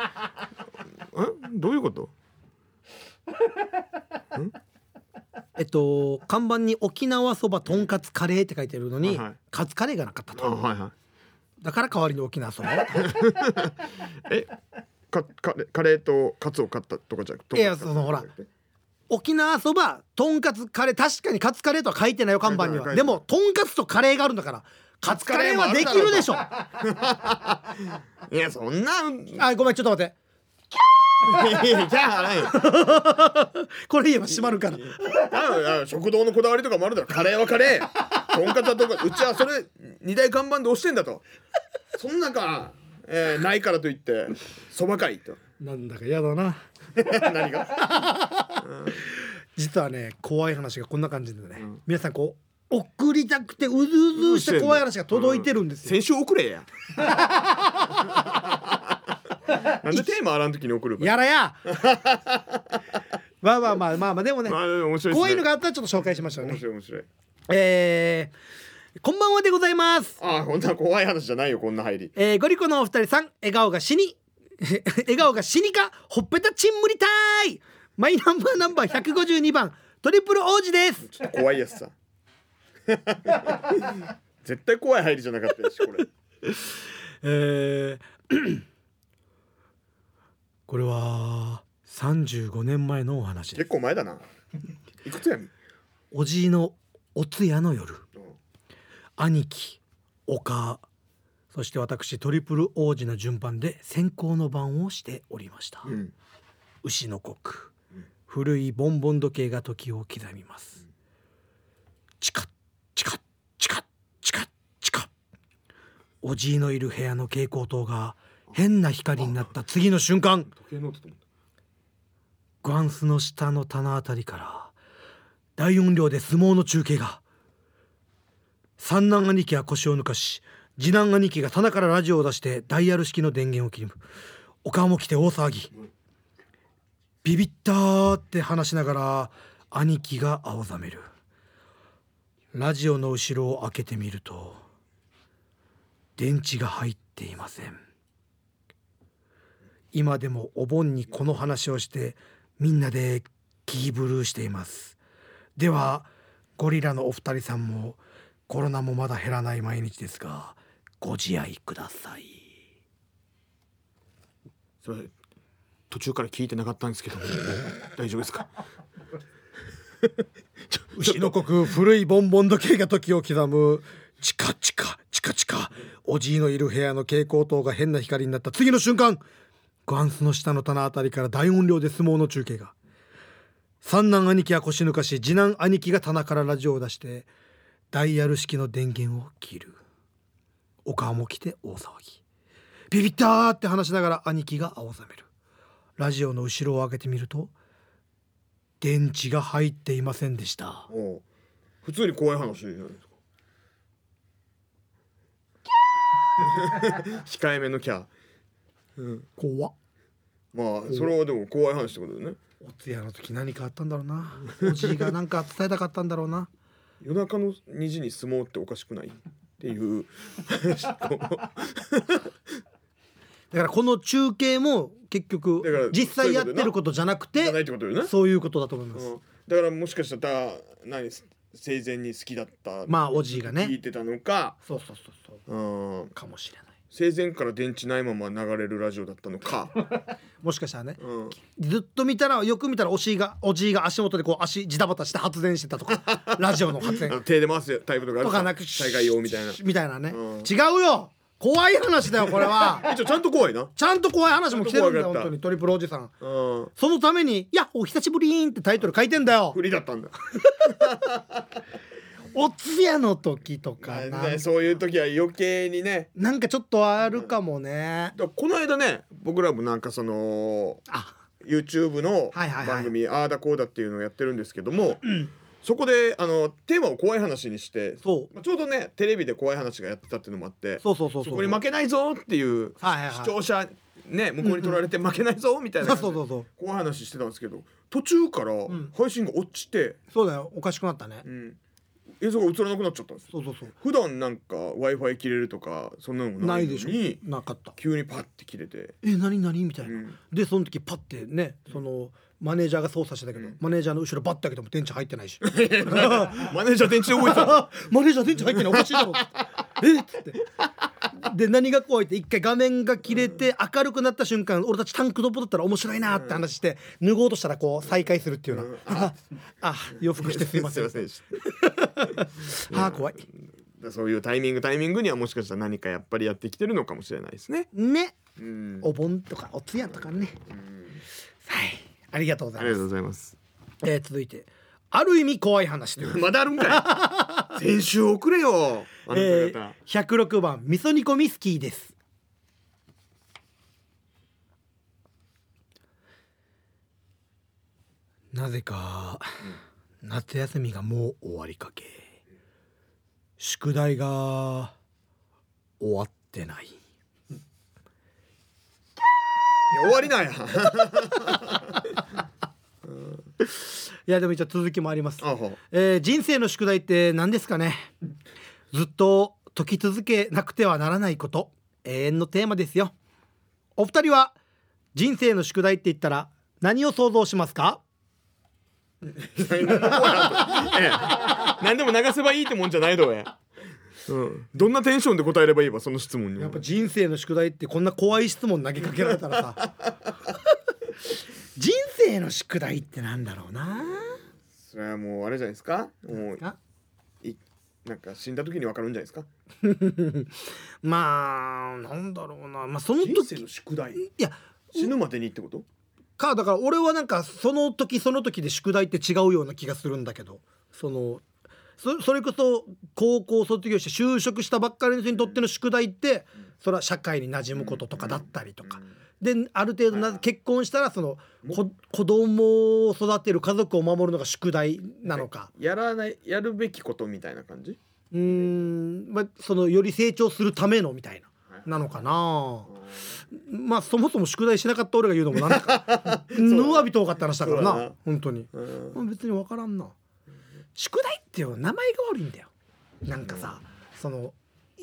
[SPEAKER 2] え、どういうこと？
[SPEAKER 1] えっと看板に沖縄そばとんかつカレーって書いてるのに、
[SPEAKER 2] はいはい
[SPEAKER 1] カツカレーがなかったと
[SPEAKER 2] あ、はいは
[SPEAKER 1] だから代わりに沖縄そばを
[SPEAKER 2] い。え、かカレカレーとカツを買ったとかじゃなく
[SPEAKER 1] い
[SPEAKER 2] て。
[SPEAKER 1] やそのほら 沖縄そばとんかつカレー確かにカツカレーとは書いてないよ看板に
[SPEAKER 2] 書いてな
[SPEAKER 1] はいでもとんかつとカレーがあるんだからカツカレーはできるでしょあ
[SPEAKER 2] いやそんな。い
[SPEAKER 1] ごめんちょっと待って
[SPEAKER 2] やいやじゃあないよ。
[SPEAKER 1] これ言えば閉まるから
[SPEAKER 2] ああ食堂のこだわりとかもあるだろカレーはカレーとんかつはとんかつうちはそれ二大看板で押してんだとそんなか、えーないからといってそばかいと
[SPEAKER 1] なんだか嫌だ な
[SPEAKER 2] 何が
[SPEAKER 1] 実はね怖い話がこんな感じでね、皆さんこう送りたくてうずうずした怖い話が届いてるんですよ、
[SPEAKER 2] 先週送れや なんでテーマあらん時に送るか
[SPEAKER 1] やらやまあまあまあまあまあでもね、
[SPEAKER 2] まあ面白いですね
[SPEAKER 1] こういうのがあったらちょっと紹介しましょう
[SPEAKER 2] 面
[SPEAKER 1] ね。
[SPEAKER 2] 白い面白い
[SPEAKER 1] えー、こんばんはでございます。
[SPEAKER 2] ああこんな怖い話じゃないよこんな入り
[SPEAKER 1] えー、ゴリコのお二人さん、笑顔が死に、 笑顔が死にか、ほっぺたチンムリたい。マイナンバーナンバー152番、トリプル王子です。
[SPEAKER 2] ちょっと怖いやつさ絶対怖い入りじゃなかったでしこれ
[SPEAKER 1] えー これは35年前のお話で
[SPEAKER 2] 結構前だないくつやみ、
[SPEAKER 1] おじいのお通夜の夜
[SPEAKER 2] うん
[SPEAKER 1] 兄貴おかそして私トリプル王子の順番で先行の番をしておりました、
[SPEAKER 2] うん、
[SPEAKER 1] 牛の刻古いボンボン時計が時を刻みますチカッチカッチカッチカッチカッおじいのいる部屋の蛍光灯が変な光になった次の瞬間
[SPEAKER 2] 時計の音と思っ
[SPEAKER 1] グランスの下の棚あたりから大音量で相撲の中継が三男兄貴は腰を抜かし次男兄貴が棚からラジオを出してダイヤル式の電源を切るお母も来て大騒ぎビビったーって話しながら兄貴が青ざめるラジオの後ろを開けてみると電池が入っていません今でもお盆にこの話をしてみんなでキーブルーしていますではゴリラのお二人さんもコロナもまだ減らない毎日ですがご自愛ください
[SPEAKER 2] たそれ途中から聞いてなかったんです けど大丈夫ですか
[SPEAKER 1] 牛の国古いボンボン時計が時を刻むチカチカチカチカおじいのいる部屋の蛍光灯が変な光になった次の瞬間ガンスの下の棚あたりから大音量で相撲の中継が三男兄貴は腰抜かし次男兄貴が棚からラジオを出してダイヤル式の電源を切るお母も来て大騒ぎビビったーって話しながら兄貴が青ざめるラジオの後ろを開けてみると電池が入っていませんでした
[SPEAKER 2] おう普通に怖い話じゃないですか控えめのキャー
[SPEAKER 1] 怖っ
[SPEAKER 2] まあそれはでも怖い話ってことだよね
[SPEAKER 1] お通夜の時何かあったんだろうな おじいが何か伝えたかったんだろうな
[SPEAKER 2] 夜中の2時に相撲っておかしくないっていう話こう
[SPEAKER 1] だからこの中継も結
[SPEAKER 2] だから
[SPEAKER 1] 局実際やってることじゃなく
[SPEAKER 2] じゃないっててことよね、
[SPEAKER 1] そういうことだと思います、
[SPEAKER 2] うんだからもしかしたら何生前に好きだった
[SPEAKER 1] まあおじいが
[SPEAKER 2] 聞
[SPEAKER 1] ね
[SPEAKER 2] いてたのか、
[SPEAKER 1] そうそうそうそう
[SPEAKER 2] うん、
[SPEAKER 1] かもしれない
[SPEAKER 2] 生前から電池ないまま流れるラジオだったのか、
[SPEAKER 1] もしかしたらね
[SPEAKER 2] うん、
[SPEAKER 1] ずっと見たらよく見たらおじいがおじいが足元でこう足ジタバタして発電してたと かラジオの発
[SPEAKER 2] あの
[SPEAKER 1] 電
[SPEAKER 2] 手で回すタイプとかある
[SPEAKER 1] とかなく
[SPEAKER 2] 災害用みたいな
[SPEAKER 1] みたいなね、
[SPEAKER 2] うん
[SPEAKER 1] 違うよ怖い話だよこれ は
[SPEAKER 2] 一応ちゃんと怖いな、
[SPEAKER 1] ちゃんと怖い話も来てるんだよ
[SPEAKER 2] 怖かった
[SPEAKER 1] 本当にトリプルおじさん
[SPEAKER 2] うん、
[SPEAKER 1] そのために「いやお久しぶりーん」ってタイトル書いてんだよ
[SPEAKER 2] 不利だったん だ
[SPEAKER 1] 「お通夜の時」とか
[SPEAKER 2] なん
[SPEAKER 1] な
[SPEAKER 2] だよそういう時は余計にね
[SPEAKER 1] なんかちょっとあるかもね
[SPEAKER 2] だからこの間ね僕らもなんかその
[SPEAKER 1] あ
[SPEAKER 2] YouTube の
[SPEAKER 1] はいはいはい
[SPEAKER 2] 番組「ああだこうだ」っていうのをやってるんですけども、そこであのテーマを怖い話にして、
[SPEAKER 1] そう
[SPEAKER 2] まあ、ちょうどねテレビで怖い話がやってたっていうのもあって
[SPEAKER 1] そうそうそう
[SPEAKER 2] そ
[SPEAKER 1] そう
[SPEAKER 2] こに負けないぞっていう
[SPEAKER 1] はいはい
[SPEAKER 2] 視
[SPEAKER 1] はい
[SPEAKER 2] 聴者ね向こうに取られて負けないぞみたい
[SPEAKER 1] そ
[SPEAKER 2] な
[SPEAKER 1] うそうそうそう
[SPEAKER 2] 怖い話してたんですけど途中から
[SPEAKER 1] ん
[SPEAKER 2] 配信が落ちて、
[SPEAKER 1] そうだよおかしくなったね
[SPEAKER 2] うん映像が映らなくなっちゃったんですよ
[SPEAKER 1] そうそうそう
[SPEAKER 2] 普段なんか w i f i 切れるとかそんなのも
[SPEAKER 1] な
[SPEAKER 2] ない
[SPEAKER 1] い
[SPEAKER 2] の
[SPEAKER 1] でし
[SPEAKER 2] に
[SPEAKER 1] ょなかった
[SPEAKER 2] 急にパッて切れて。
[SPEAKER 1] え何何みたいうなんでその時パッてねそのマネージャーが操作してたけどマネージャーの後ろバッて開けても電池入って ないし
[SPEAKER 2] マネージャー電池で動いてたの
[SPEAKER 1] あ マネージャー電池入ってないおかしいだろ えっつってで何が怖いって一回画面が切れて明るくなった瞬間俺たちタンクトップだったら面白いなって話して脱ごうとしたらこう再開するっていうようなああ洋服着てすいま せん
[SPEAKER 2] すいませんでし
[SPEAKER 1] ああ怖い
[SPEAKER 2] たそういうタイミングタイミングにはもしかしたら何かやっぱりやってきてるのかもしれないですね。
[SPEAKER 1] ね
[SPEAKER 2] うん、
[SPEAKER 1] お盆とかお通夜とかねはいありがとうござ
[SPEAKER 2] あ
[SPEAKER 1] い
[SPEAKER 2] り
[SPEAKER 1] ま
[SPEAKER 2] が
[SPEAKER 1] す
[SPEAKER 2] とうございます。
[SPEAKER 1] えー続いてある意味怖い話という
[SPEAKER 2] まだあるんか い。先週遅れよ。あなた方
[SPEAKER 1] えー、106番味噌煮込みスキーですなぜか夏休みがもう終わりかけ宿題が終わってない
[SPEAKER 2] いや終わりなんや。
[SPEAKER 1] いやでも一応続きもあります
[SPEAKER 2] あは
[SPEAKER 1] えー人生の宿題って何ですかねずっと解き続けなくてはならないこと永遠のテーマですよお二人は人生の宿題って言ったら何を想像しますか
[SPEAKER 2] ええ何でも流せばいいってもんじゃないだろううん、どんなテンションで答えればいいわその質問に
[SPEAKER 1] やっぱ人生の宿題ってこんな怖い質問投げかけられたら さ人生の宿題ってなんだろうな
[SPEAKER 2] それはもうあれじゃないですかも
[SPEAKER 1] あ
[SPEAKER 2] ういなんか死んだ時にわかるんじゃないですか
[SPEAKER 1] まあなんだろうなまあその
[SPEAKER 2] 人生
[SPEAKER 1] 時
[SPEAKER 2] の宿題
[SPEAKER 1] いや
[SPEAKER 2] 死ぬまでにってこと
[SPEAKER 1] かだから俺はなんかその時その時で宿題って違うような気がするんだけどそのそそれこそ高校卒業して就職したばっかりの人にとっての宿題ってそれは社会に馴染むこととかだったりとかである程度な結婚したらそのこ子供を育てる家族を守るのが宿題なのか
[SPEAKER 2] やらないやるべきことみたいな感じ
[SPEAKER 1] うーん、まあ、そのより成長するためのみたいななのかなまあそもそも宿題しなかった俺が言うのもなんだ かぬわびと多かった話だから
[SPEAKER 2] そうだ
[SPEAKER 1] な
[SPEAKER 2] な
[SPEAKER 1] 本当に。
[SPEAKER 2] うん
[SPEAKER 1] まあ別に分からんな宿題ってよ名前が悪いんだよなんかさ、その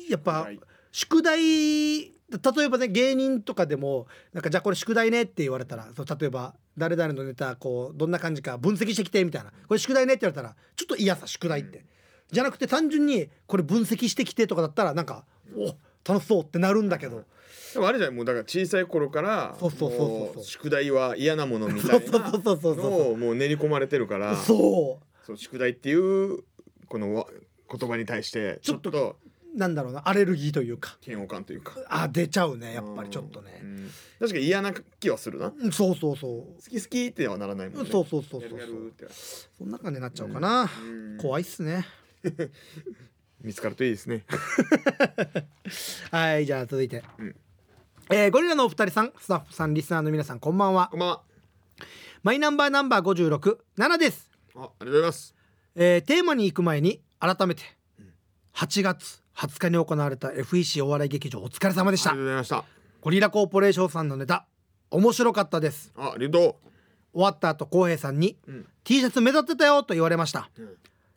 [SPEAKER 1] やっぱ宿題例えばね芸人とかでもなんかじゃあこれ宿題ねって言われたらそう例えば誰々のネタこうどんな感じか分析してきてみたいなこれ宿題ねって言われたらちょっと嫌さ宿題って、じゃなくて単純にこれ分析してきてとかだったらなんかお楽しそうってなるんだけど、
[SPEAKER 2] でもあれじゃんもうだから小さい頃から
[SPEAKER 1] そうそうそうそうそう
[SPEAKER 2] も宿題は嫌なものみたいな
[SPEAKER 1] そうそうそうそう
[SPEAKER 2] のをもう練り込まれてるから
[SPEAKER 1] そう
[SPEAKER 2] そう宿題っていうこのわ言葉に対してちょっ
[SPEAKER 1] ち
[SPEAKER 2] と
[SPEAKER 1] なんだろうなアレルギーというか
[SPEAKER 2] 嫌悪感というか
[SPEAKER 1] あ出ちゃうねやっぱりちょっとね。
[SPEAKER 2] うん確かに嫌な気はするな好
[SPEAKER 1] うんそうそうそう
[SPEAKER 2] き好きってはならないもんね
[SPEAKER 1] そうそうそうそう
[SPEAKER 2] やるやるって
[SPEAKER 1] そんな感じになっちゃうかな、
[SPEAKER 2] うん
[SPEAKER 1] 怖いっすね
[SPEAKER 2] 見つかるといいですね
[SPEAKER 1] はいじゃあ続いて、
[SPEAKER 2] うん
[SPEAKER 1] えーゴリラのお二人さんスタッフさんリスナーの皆さんこんばんは
[SPEAKER 2] こんばんは
[SPEAKER 1] マイナンバーナンバー567です、
[SPEAKER 2] あありがとうございます
[SPEAKER 1] えーテーマに行く前に改めて8月20日に行われた FEC お笑い劇場お疲れ様でし
[SPEAKER 2] あ
[SPEAKER 1] た
[SPEAKER 2] りがとうございました
[SPEAKER 1] ゴリラコーポレーションさんのネタ面白かったです
[SPEAKER 2] あありがと
[SPEAKER 1] 終わった後浩平さんに
[SPEAKER 2] う、うん、
[SPEAKER 1] T シャツ目立ってたよと言われました、
[SPEAKER 2] ん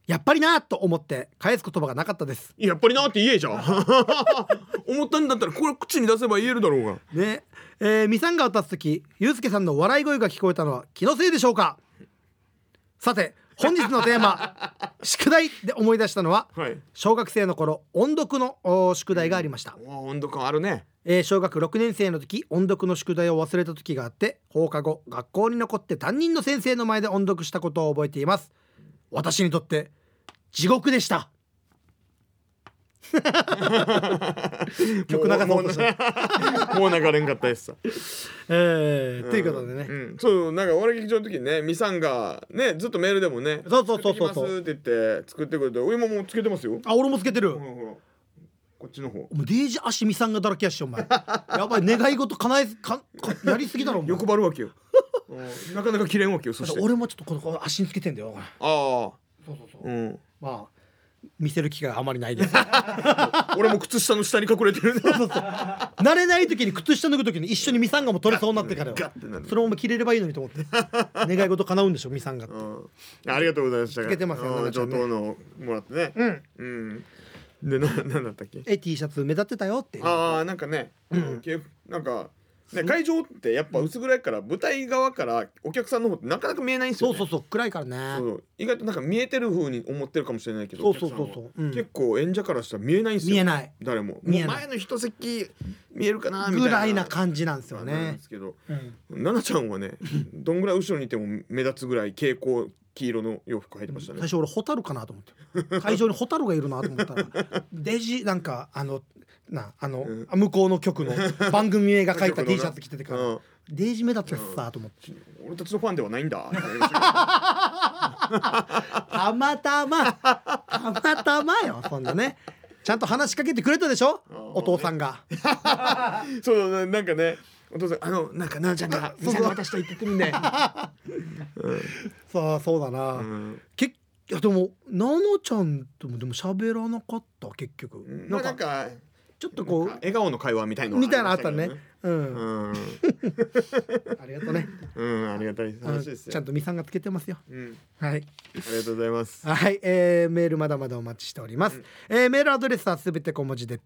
[SPEAKER 1] やっぱりなと思って返す言葉がなかったです
[SPEAKER 2] やっぱりなって言えじゃん 思ったんだったらこれ口に出せば言えるだろうが
[SPEAKER 1] ねえー、ミサンガを立つ時ユうスケさんの笑い声が聞こえたのは気のせいでしょうかさて本日のテーマ「宿題」で思い出したのは
[SPEAKER 2] はい
[SPEAKER 1] 小学生の頃音読のお宿題がありました、
[SPEAKER 2] お温度感あるね
[SPEAKER 1] えー小学6年生の時音読の宿題を忘れた時があって放課後学校に残って担任の先生の前で音読したことを覚えています私にとって地獄でした曲流そうとした
[SPEAKER 2] もうもう流れんかったですさ
[SPEAKER 1] えーということでね、
[SPEAKER 2] うん、そうなんか俺劇場の時にねミサンがねずっとメールでもね
[SPEAKER 1] そうそうそうそうそう
[SPEAKER 2] 作ってきますって言って作ってくれて俺ももうつけてますよ
[SPEAKER 1] あ俺もつけてる、
[SPEAKER 2] ほらほらこっちの方
[SPEAKER 1] お前デイジ足見さんがだらけやしお 前やばい願い事叶えずかかやりすぎだろお前
[SPEAKER 2] 欲張るわけよ うんなかなか切れんわけよそして
[SPEAKER 1] 俺もちょっとこのこの足につけてんだよお前
[SPEAKER 2] ああ
[SPEAKER 1] そうそうそう
[SPEAKER 2] うん
[SPEAKER 1] まあ見せる機会あまりないです
[SPEAKER 2] 俺も靴下の下に隠れてるね
[SPEAKER 1] 慣れない時に靴下脱ぐ時に一緒にミサンガも取れそうになってからよ
[SPEAKER 2] ガッてなる
[SPEAKER 1] それをお前切れればいいのにと思って 願い事叶うんでしょミサンガって
[SPEAKER 2] うんありがとうございました
[SPEAKER 1] つけてますよ
[SPEAKER 2] うん
[SPEAKER 1] 奈
[SPEAKER 2] 上
[SPEAKER 1] 々ちゃ
[SPEAKER 2] 等のもらってね
[SPEAKER 1] うん
[SPEAKER 2] うんでななんだったっけ
[SPEAKER 1] え T シャツ目立ってたよっていう
[SPEAKER 2] ああなんかね、けなんか、ね、会場ってやっぱ薄暗いから舞台側からお客さんの方ってなかなか見えないんですよ、
[SPEAKER 1] そう
[SPEAKER 2] ね、
[SPEAKER 1] そうそう暗いからね
[SPEAKER 2] そう意外となんか見えてる風に思ってるかもしれないけど
[SPEAKER 1] そうそうそう
[SPEAKER 2] お客さんは
[SPEAKER 1] そううん
[SPEAKER 2] 結構演者からしたら見えないんですよ
[SPEAKER 1] 見えない
[SPEAKER 2] 誰も
[SPEAKER 1] 見えない
[SPEAKER 2] もう前の一席見えるかなみたいな
[SPEAKER 1] ぐらいな感じなんですよ
[SPEAKER 2] なん
[SPEAKER 1] ね
[SPEAKER 2] ですけど
[SPEAKER 1] うん
[SPEAKER 2] 奈々ちゃんはねどんぐらい後ろにいても目立つぐらい蛍光黄色の洋服入ってました
[SPEAKER 1] 最
[SPEAKER 2] ね、
[SPEAKER 1] 初俺ホタルかなと思って会場にホタルがいるなと思ったらデジなんかあのなあの、
[SPEAKER 2] ん
[SPEAKER 1] 向こうの局の番組名が書い た T シャツ着ててから、
[SPEAKER 2] うん
[SPEAKER 1] デジ目だったしさと思って、
[SPEAKER 2] 俺たちのファンではない んだ
[SPEAKER 1] たまたまたまたまよそんなねちゃんと話しかけてくれたでしょお父さんが、
[SPEAKER 2] そうなんかねお父さんあのなんか奈々ちゃんが
[SPEAKER 1] そうそう
[SPEAKER 2] 店の私と言ってくるんで、
[SPEAKER 1] さあそうだな、
[SPEAKER 2] うん
[SPEAKER 1] 結いやでもな々ちゃんともでも喋らなかった結局、
[SPEAKER 2] うん
[SPEAKER 1] な
[SPEAKER 2] ま
[SPEAKER 1] ん
[SPEAKER 2] あ
[SPEAKER 1] か
[SPEAKER 2] なんか
[SPEAKER 1] ちょっとこう
[SPEAKER 2] 笑顔の会話みたいのは
[SPEAKER 1] みたいなのあった
[SPEAKER 2] りま
[SPEAKER 1] ね
[SPEAKER 2] しけど
[SPEAKER 1] うん、
[SPEAKER 2] うん
[SPEAKER 1] ありがとうね
[SPEAKER 2] うんありがたい
[SPEAKER 1] あの
[SPEAKER 2] 話です
[SPEAKER 1] ち
[SPEAKER 2] よ
[SPEAKER 1] ゃんとみさんがつけてますよ
[SPEAKER 2] うん
[SPEAKER 1] はい
[SPEAKER 2] ありがとうございます
[SPEAKER 1] はい、えーメールまだまだお待ちしております、えーメールアドレスはすべて小文字で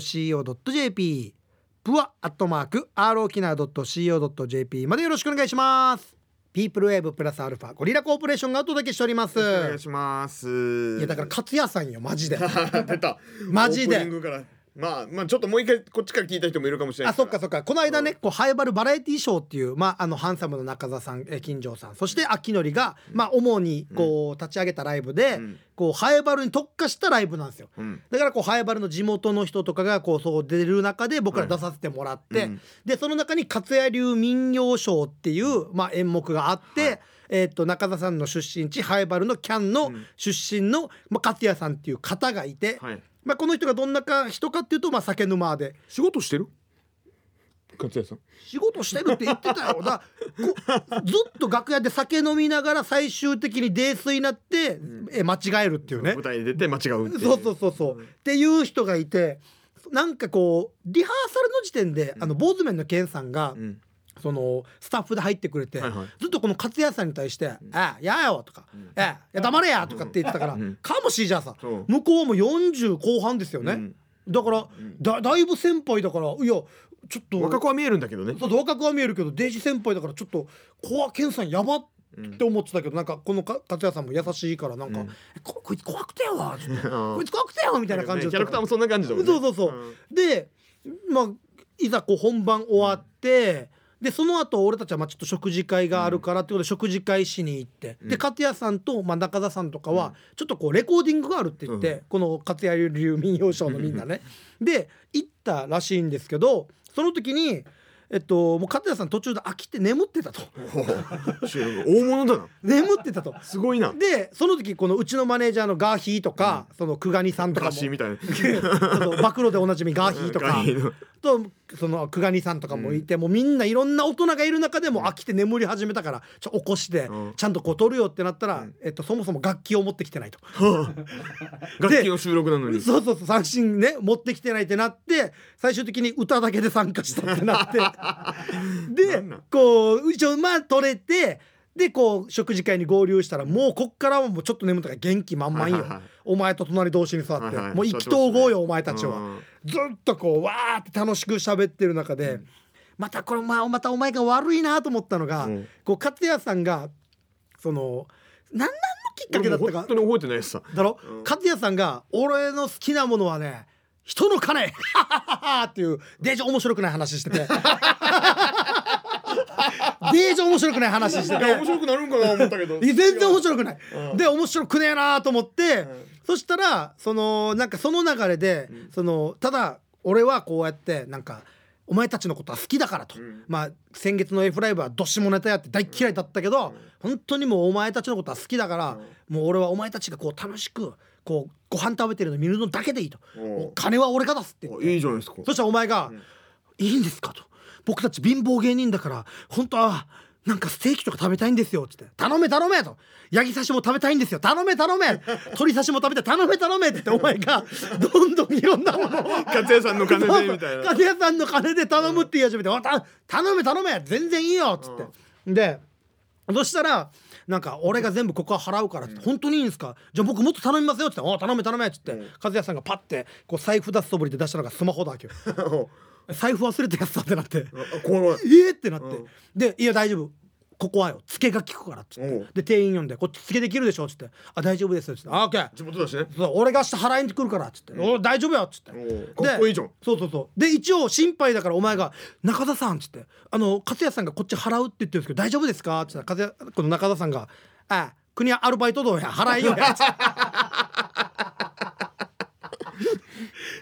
[SPEAKER 1] pwa.rokinawa.co.jp プワアットマーク rokina.co.jp までよろしくお願いしますピープルウェーブプラスアルファゴリラコーポレーションがお届けしております
[SPEAKER 2] お願いします
[SPEAKER 1] いやだから勝也さんよマジで
[SPEAKER 2] 出た
[SPEAKER 1] マジで
[SPEAKER 2] オープニングからまあまあちょっともう一回こっちから聞いた人もいるかもしれない
[SPEAKER 1] あそっかそ
[SPEAKER 2] っ
[SPEAKER 1] っかこの間ね、こうハイバルバラエティショーっていう、まあ、あのハンサムの中澤さんえー金城さんそして秋典が、まあ、主にこう立ち上げたライブで、
[SPEAKER 2] うん
[SPEAKER 1] こうハイバルに特化したライブなんですよ。
[SPEAKER 2] うん
[SPEAKER 1] だからこうハイバルの地元の人とかがこうそう出る中で僕ら出させてもらって、
[SPEAKER 2] うん
[SPEAKER 1] でその中に勝谷流民謡ショーっていう、まあ、演目があって、えー、と中田さんの出身地ハイバルのキャンの
[SPEAKER 2] うん
[SPEAKER 1] 出身の、まあ、勝谷さんっていう方がいて、
[SPEAKER 2] はい
[SPEAKER 1] まあ、この人がどんなか人かっていうと、まあ、酒沼で
[SPEAKER 2] 仕事してる勝也さん
[SPEAKER 1] 仕事してるって言ってたよだこずっと楽屋で酒飲みながら最終的に泥酔になって、え間違えるっていうね
[SPEAKER 2] 舞。台に出て間違うってい
[SPEAKER 1] そうそうそうそう、っていう人がいてなんかこうリハーサルの時点で、あの坊主面の健さんが、
[SPEAKER 2] うん
[SPEAKER 1] そのスタッフで入ってくれて、
[SPEAKER 2] はいはい
[SPEAKER 1] ずっとこの勝也さんに対して「ああやよ」とか「ええいや黙れや」とかって言ってたから、
[SPEAKER 2] ん
[SPEAKER 1] かもしれじゃんさ
[SPEAKER 2] そう
[SPEAKER 1] 向こうも40後半ですよね、
[SPEAKER 2] うん
[SPEAKER 1] だからだだいぶ先輩だからいやちょっと
[SPEAKER 2] 若子は見えるんだけどね
[SPEAKER 1] そうそう若くは見えるけどデイジ先輩だからちょっとコアケンさんやばって思ってたけど、なんかこのか勝也さんも優しいからなんか、えこ こいつ怖くてよつって
[SPEAKER 2] うん
[SPEAKER 1] こいつ怖くてよみたいな感じだ
[SPEAKER 2] ね
[SPEAKER 1] っ
[SPEAKER 2] キ
[SPEAKER 1] たか
[SPEAKER 2] ャラ
[SPEAKER 1] ら
[SPEAKER 2] クターもそんな感じだもんね
[SPEAKER 1] そうそうそう、でまあいざこう本番終わって、でその後俺たちはまあちょっと食事会があるからってことで食事会しに行って、で勝也さんと、まあ、中田さんとかはちょっとこうレコーディングがあるって言って、
[SPEAKER 2] う
[SPEAKER 1] この勝也流民謡賞のみんなね。で行ったらしいんですけどその時に、えっと、もう勝也さん途中で飽きて眠ってたと
[SPEAKER 2] ほう収録大物だな
[SPEAKER 1] 眠ってたと。
[SPEAKER 2] すごいな
[SPEAKER 1] でその時このうちのマネージャーのガーヒーとか、その久我にさんとかも
[SPEAKER 2] 昔 みたいな
[SPEAKER 1] あと暴露でおなじみガーヒーとか
[SPEAKER 2] ガーヒーの
[SPEAKER 1] とその久我にさんとかもいて、もうみんないろんな大人がいる中でもう飽きて眠り始めたからちょ起こして
[SPEAKER 2] うん
[SPEAKER 1] ちゃんとこう撮るよってなったら、えっと、そもそも楽器を持ってきてないと。
[SPEAKER 2] 楽器の収録なのに
[SPEAKER 1] そうそうそう三振ね持ってきてないってなって最終的に歌だけで参加したって なって
[SPEAKER 2] な
[SPEAKER 1] で
[SPEAKER 2] んなん
[SPEAKER 1] こう一応まあ取れてでこう食事会に合流したらもうこっからはもうちょっと眠ったから元気満々よ、
[SPEAKER 2] はいはいはい
[SPEAKER 1] お前と隣同士に座って、
[SPEAKER 2] はいはい
[SPEAKER 1] もう意気投合よお前たちは、
[SPEAKER 2] うん
[SPEAKER 1] ずっとこうわーって楽しく喋ってる中で、またこれまあまたお前が悪いなと思ったのが、
[SPEAKER 2] うん
[SPEAKER 1] こう勝也さんがその何なんのきっかけだった
[SPEAKER 2] 俺もう
[SPEAKER 1] か
[SPEAKER 2] 本当に覚えてないやつさ
[SPEAKER 1] だろ、勝也さんが「俺の好きなものはね人の金! 」っていうデージ面白くない話しててデ ージ面白くない話して
[SPEAKER 2] いや面
[SPEAKER 1] て。
[SPEAKER 2] 白くなるんかな思ったけど
[SPEAKER 1] 全然面白くない、
[SPEAKER 2] うん
[SPEAKER 1] で面白くねえなーと思って、そしたらそのなんかその流れで、そのただ俺はこうやってなんかお前たちのことは好きだからと、
[SPEAKER 2] ん
[SPEAKER 1] まあ先月の F ライブはどっしもネタやって大嫌いだったけど、本当にもうお前たちのことは好きだから、もう俺はお前たちがこう楽しくこうご飯食べてるの見るのだけでいいと、
[SPEAKER 2] うん
[SPEAKER 1] もう金は俺が出すって言って
[SPEAKER 2] いいじゃないですか
[SPEAKER 1] そしたらお前が「いいんですか?」と「僕たち貧乏芸人だから本当はなんかステーキとか食べたいんですよ」っつって「頼め頼め」と「ヤギ刺しも食べたいんですよ頼め頼め」「鳥刺しも食べて頼め頼め」って言ってお前がどんどんいろんなものを。
[SPEAKER 2] 勝也さんの金
[SPEAKER 1] そう
[SPEAKER 2] で
[SPEAKER 1] そう
[SPEAKER 2] みた いな
[SPEAKER 1] 金屋さんの金で頼むって言い始めて「おた頼め頼め全然いいよ」っつって、でそしたらなんか俺が全部ここは払うからって、本当にいいんですかじゃあ僕もっと頼みますよって言ってお頼め頼めっつって、和也さんがパッてこう財布出すそぶりで出したのがスマホだわけよ財布忘れてやつだってなって
[SPEAKER 2] あ怖い
[SPEAKER 1] ええってなって、で「いや大丈夫ここはよ付けが効くから」っつっ
[SPEAKER 2] おう
[SPEAKER 1] てで店員呼んで「こっち付けできるでしょ」っつって「あ大丈夫ですよ」っつって「あオッケー
[SPEAKER 2] 地元だしね
[SPEAKER 1] そう俺が明日払いに来るから」っつって「お大丈夫よ」っつって
[SPEAKER 2] おうかっこいいじゃん
[SPEAKER 1] でそうそうそうで一応心配だからお前が「中田さん」っつって「あの勝也さんがこっち払うって言ってるんですけど大丈夫ですか?」っつったら勝也この中田さんが「ああ国はアルバイトどうや払いよや」っつって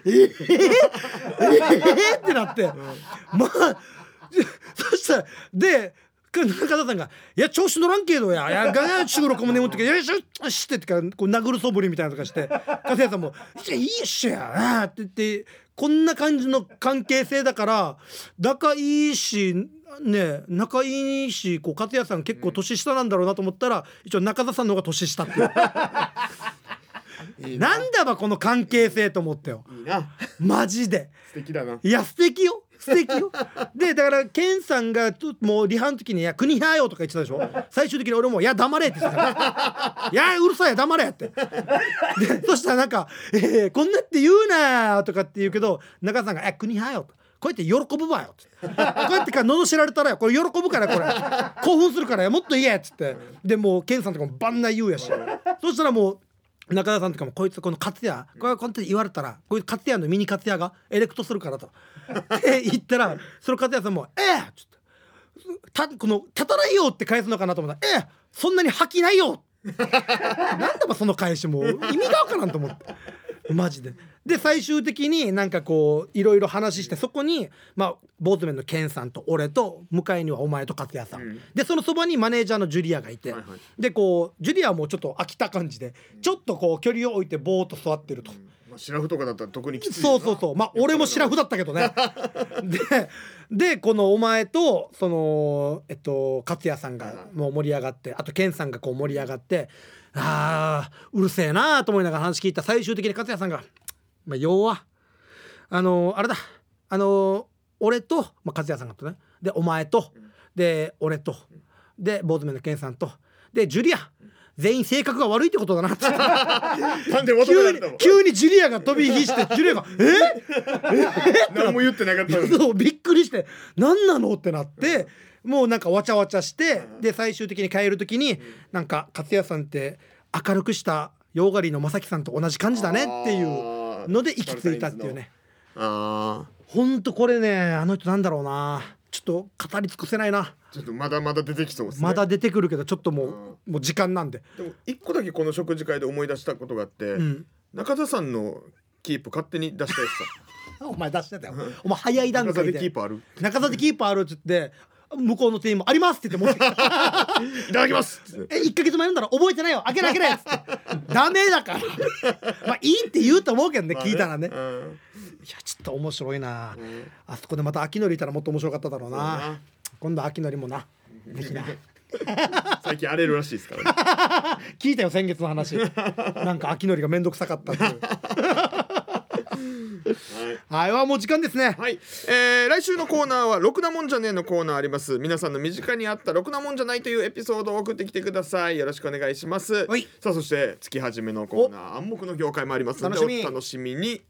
[SPEAKER 1] ええってなって、まあでそしたらで中田さんが「いや調子乗らんけどやいやガヤ収録も眠ってけどよいしょして」ってからこう殴るそぶりみたいなのとかして勝谷さんも「いやいいっしょやな」って言ってこんな感じの関係性だから仲いいしね仲いいしこう勝谷さん結構年下なんだろうなと思ったら一応中田さんの方が年下っていう。
[SPEAKER 2] いいな
[SPEAKER 1] なんだばこの関係性と思ったよ
[SPEAKER 2] いいな
[SPEAKER 1] マジで
[SPEAKER 2] 素敵だない
[SPEAKER 1] や素敵よ素敵よでだからケンさんがちょっともうリハの時に「いや国派よ」とか言ってたでしょ最終的に俺も「いや黙れ」って言ってたから「いやうるさい黙れ」ってでそしたらなんか、えーこんなって言うな」とかって言うけど中田さんが「え国派よ」と。こうやって喜ぶわよってこうやってか罵られたらよこれ喜ぶからこれ興奮するからよもっと言えっつってでもうケンさんとかもバンナ言うやしそしたらもう中田さんとかもこいつこの勝ツヤこれこうやって言われたらこいつ勝ツヤのミニ勝ツヤがエレクトするからとって言ったらその勝ツヤさんも「ええ!」っつってたこの「たたないよ!」って返すのかなと思ったら「ええそんなに吐きないよ!」 なんだばその返しも意味がわからんと思ってマジで。で最終的になんかこういろいろ話してそこにまあ坊主面のケンさんと俺と向かいにはお前と勝也さん、
[SPEAKER 2] うん
[SPEAKER 1] でそのそばにマネージャーのジュリアがいて、
[SPEAKER 2] はいはい
[SPEAKER 1] でこうジュリアもちょっと飽きた感じでちょっとこう距離を置いてぼーっと座ってると。
[SPEAKER 2] まあ白布とかだったら特にきつい
[SPEAKER 1] そうそうそうまあ俺もシラフだったけどねででこのお前とそのえっと勝也さんがもう盛り上がってあと健さんがこう盛り上がってあーうるせえなーと思いながら話聞いた最終的に勝也さんが「まあ、要はあのあれだあの俺と、まあ、勝也さんがとねでお前とで俺とで坊主面の健さんとでジュリア全員性格が悪いってことだな」って。
[SPEAKER 2] なんで求
[SPEAKER 1] 急
[SPEAKER 2] め
[SPEAKER 1] に
[SPEAKER 2] られた
[SPEAKER 1] 急にジュリアが飛び火してジュリアが「え
[SPEAKER 2] の何も言ってなかったのに
[SPEAKER 1] そうびっくりして何なの?」ってなってもうなんかわちゃわちゃしてで最終的に帰る時になんか勝也さんって明るくしたヨーガリーの正樹さんと同じ感じだねっていう
[SPEAKER 2] あー
[SPEAKER 1] ので行き着いたっていうね
[SPEAKER 2] ああ
[SPEAKER 1] ほんとこれねあの人なんだろうなちょっと語り尽くせないな
[SPEAKER 2] ちょっとまだまだ出てきそうですね
[SPEAKER 1] まだ出てくるけどちょっともうもう時間なんで
[SPEAKER 2] でも一個だけこの食事会で思い出したことがあって、
[SPEAKER 1] うん
[SPEAKER 2] 中田さんのキープ勝手に出したや
[SPEAKER 1] お前出してたよお前早い
[SPEAKER 2] つ さ
[SPEAKER 1] 段
[SPEAKER 2] 中田
[SPEAKER 1] 階
[SPEAKER 2] でキ
[SPEAKER 1] で
[SPEAKER 2] ープある
[SPEAKER 1] 中田でキーパーあるっつって向こうの店員も「あります!」って言って持ってきた
[SPEAKER 2] いただきますっつって
[SPEAKER 1] え1か月前飲んだら覚えてないよ開けない開けないっつ ってダメだからまあいいって言うと思うけどね聞いたらねい
[SPEAKER 2] ま
[SPEAKER 1] や
[SPEAKER 2] あうん
[SPEAKER 1] ちょっと面白いな
[SPEAKER 2] うん
[SPEAKER 1] あそこでまた秋のりいたらもっと面白かっただろう
[SPEAKER 2] そうだ
[SPEAKER 1] な
[SPEAKER 2] な
[SPEAKER 1] 今度秋のりもなぜひな
[SPEAKER 2] 最近荒れるらしいです から、ね、
[SPEAKER 1] 聞いたよ先月の 話なんか秋のりが面倒くさかったっていうはいはもう時間ですね
[SPEAKER 2] はい、えー来週のコーナーは「ろくなもんじゃねえ」のコーナーあります皆さんの身近にあったろくなもんじゃないというエピソードを送ってきてくださいよろしくお願いします
[SPEAKER 1] はい
[SPEAKER 2] さあそして月初めのコーナー暗黙の業界もありますので
[SPEAKER 1] 楽しみ
[SPEAKER 2] お楽しみに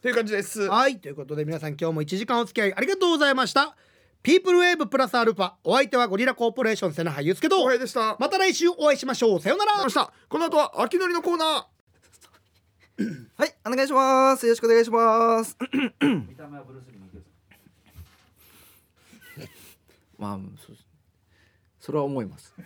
[SPEAKER 2] という感じです
[SPEAKER 1] はいということで皆さん今日も1時間お付き合いありがとうございましたピープルウェーブプラスアルファお相手はゴリラコーポレーション瀬名葉祐介と
[SPEAKER 2] おはようでした
[SPEAKER 1] また来週お会いしましょうさようなら
[SPEAKER 2] ましたこの後は秋のりのコーナー
[SPEAKER 3] はい、お願いします。よろしくお願いします。
[SPEAKER 4] 見た目はブルース・リーの池です
[SPEAKER 3] まあ、そうですね。それは思います。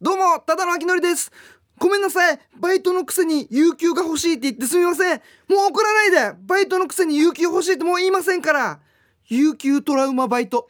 [SPEAKER 3] どうも、ただのあきのりです。ごめんなさい。バイトのくせに有給が欲しいって言ってすみません。もう怒らないで。バイトのくせに有給欲しいってもう言いませんから。有給トラウマバイト。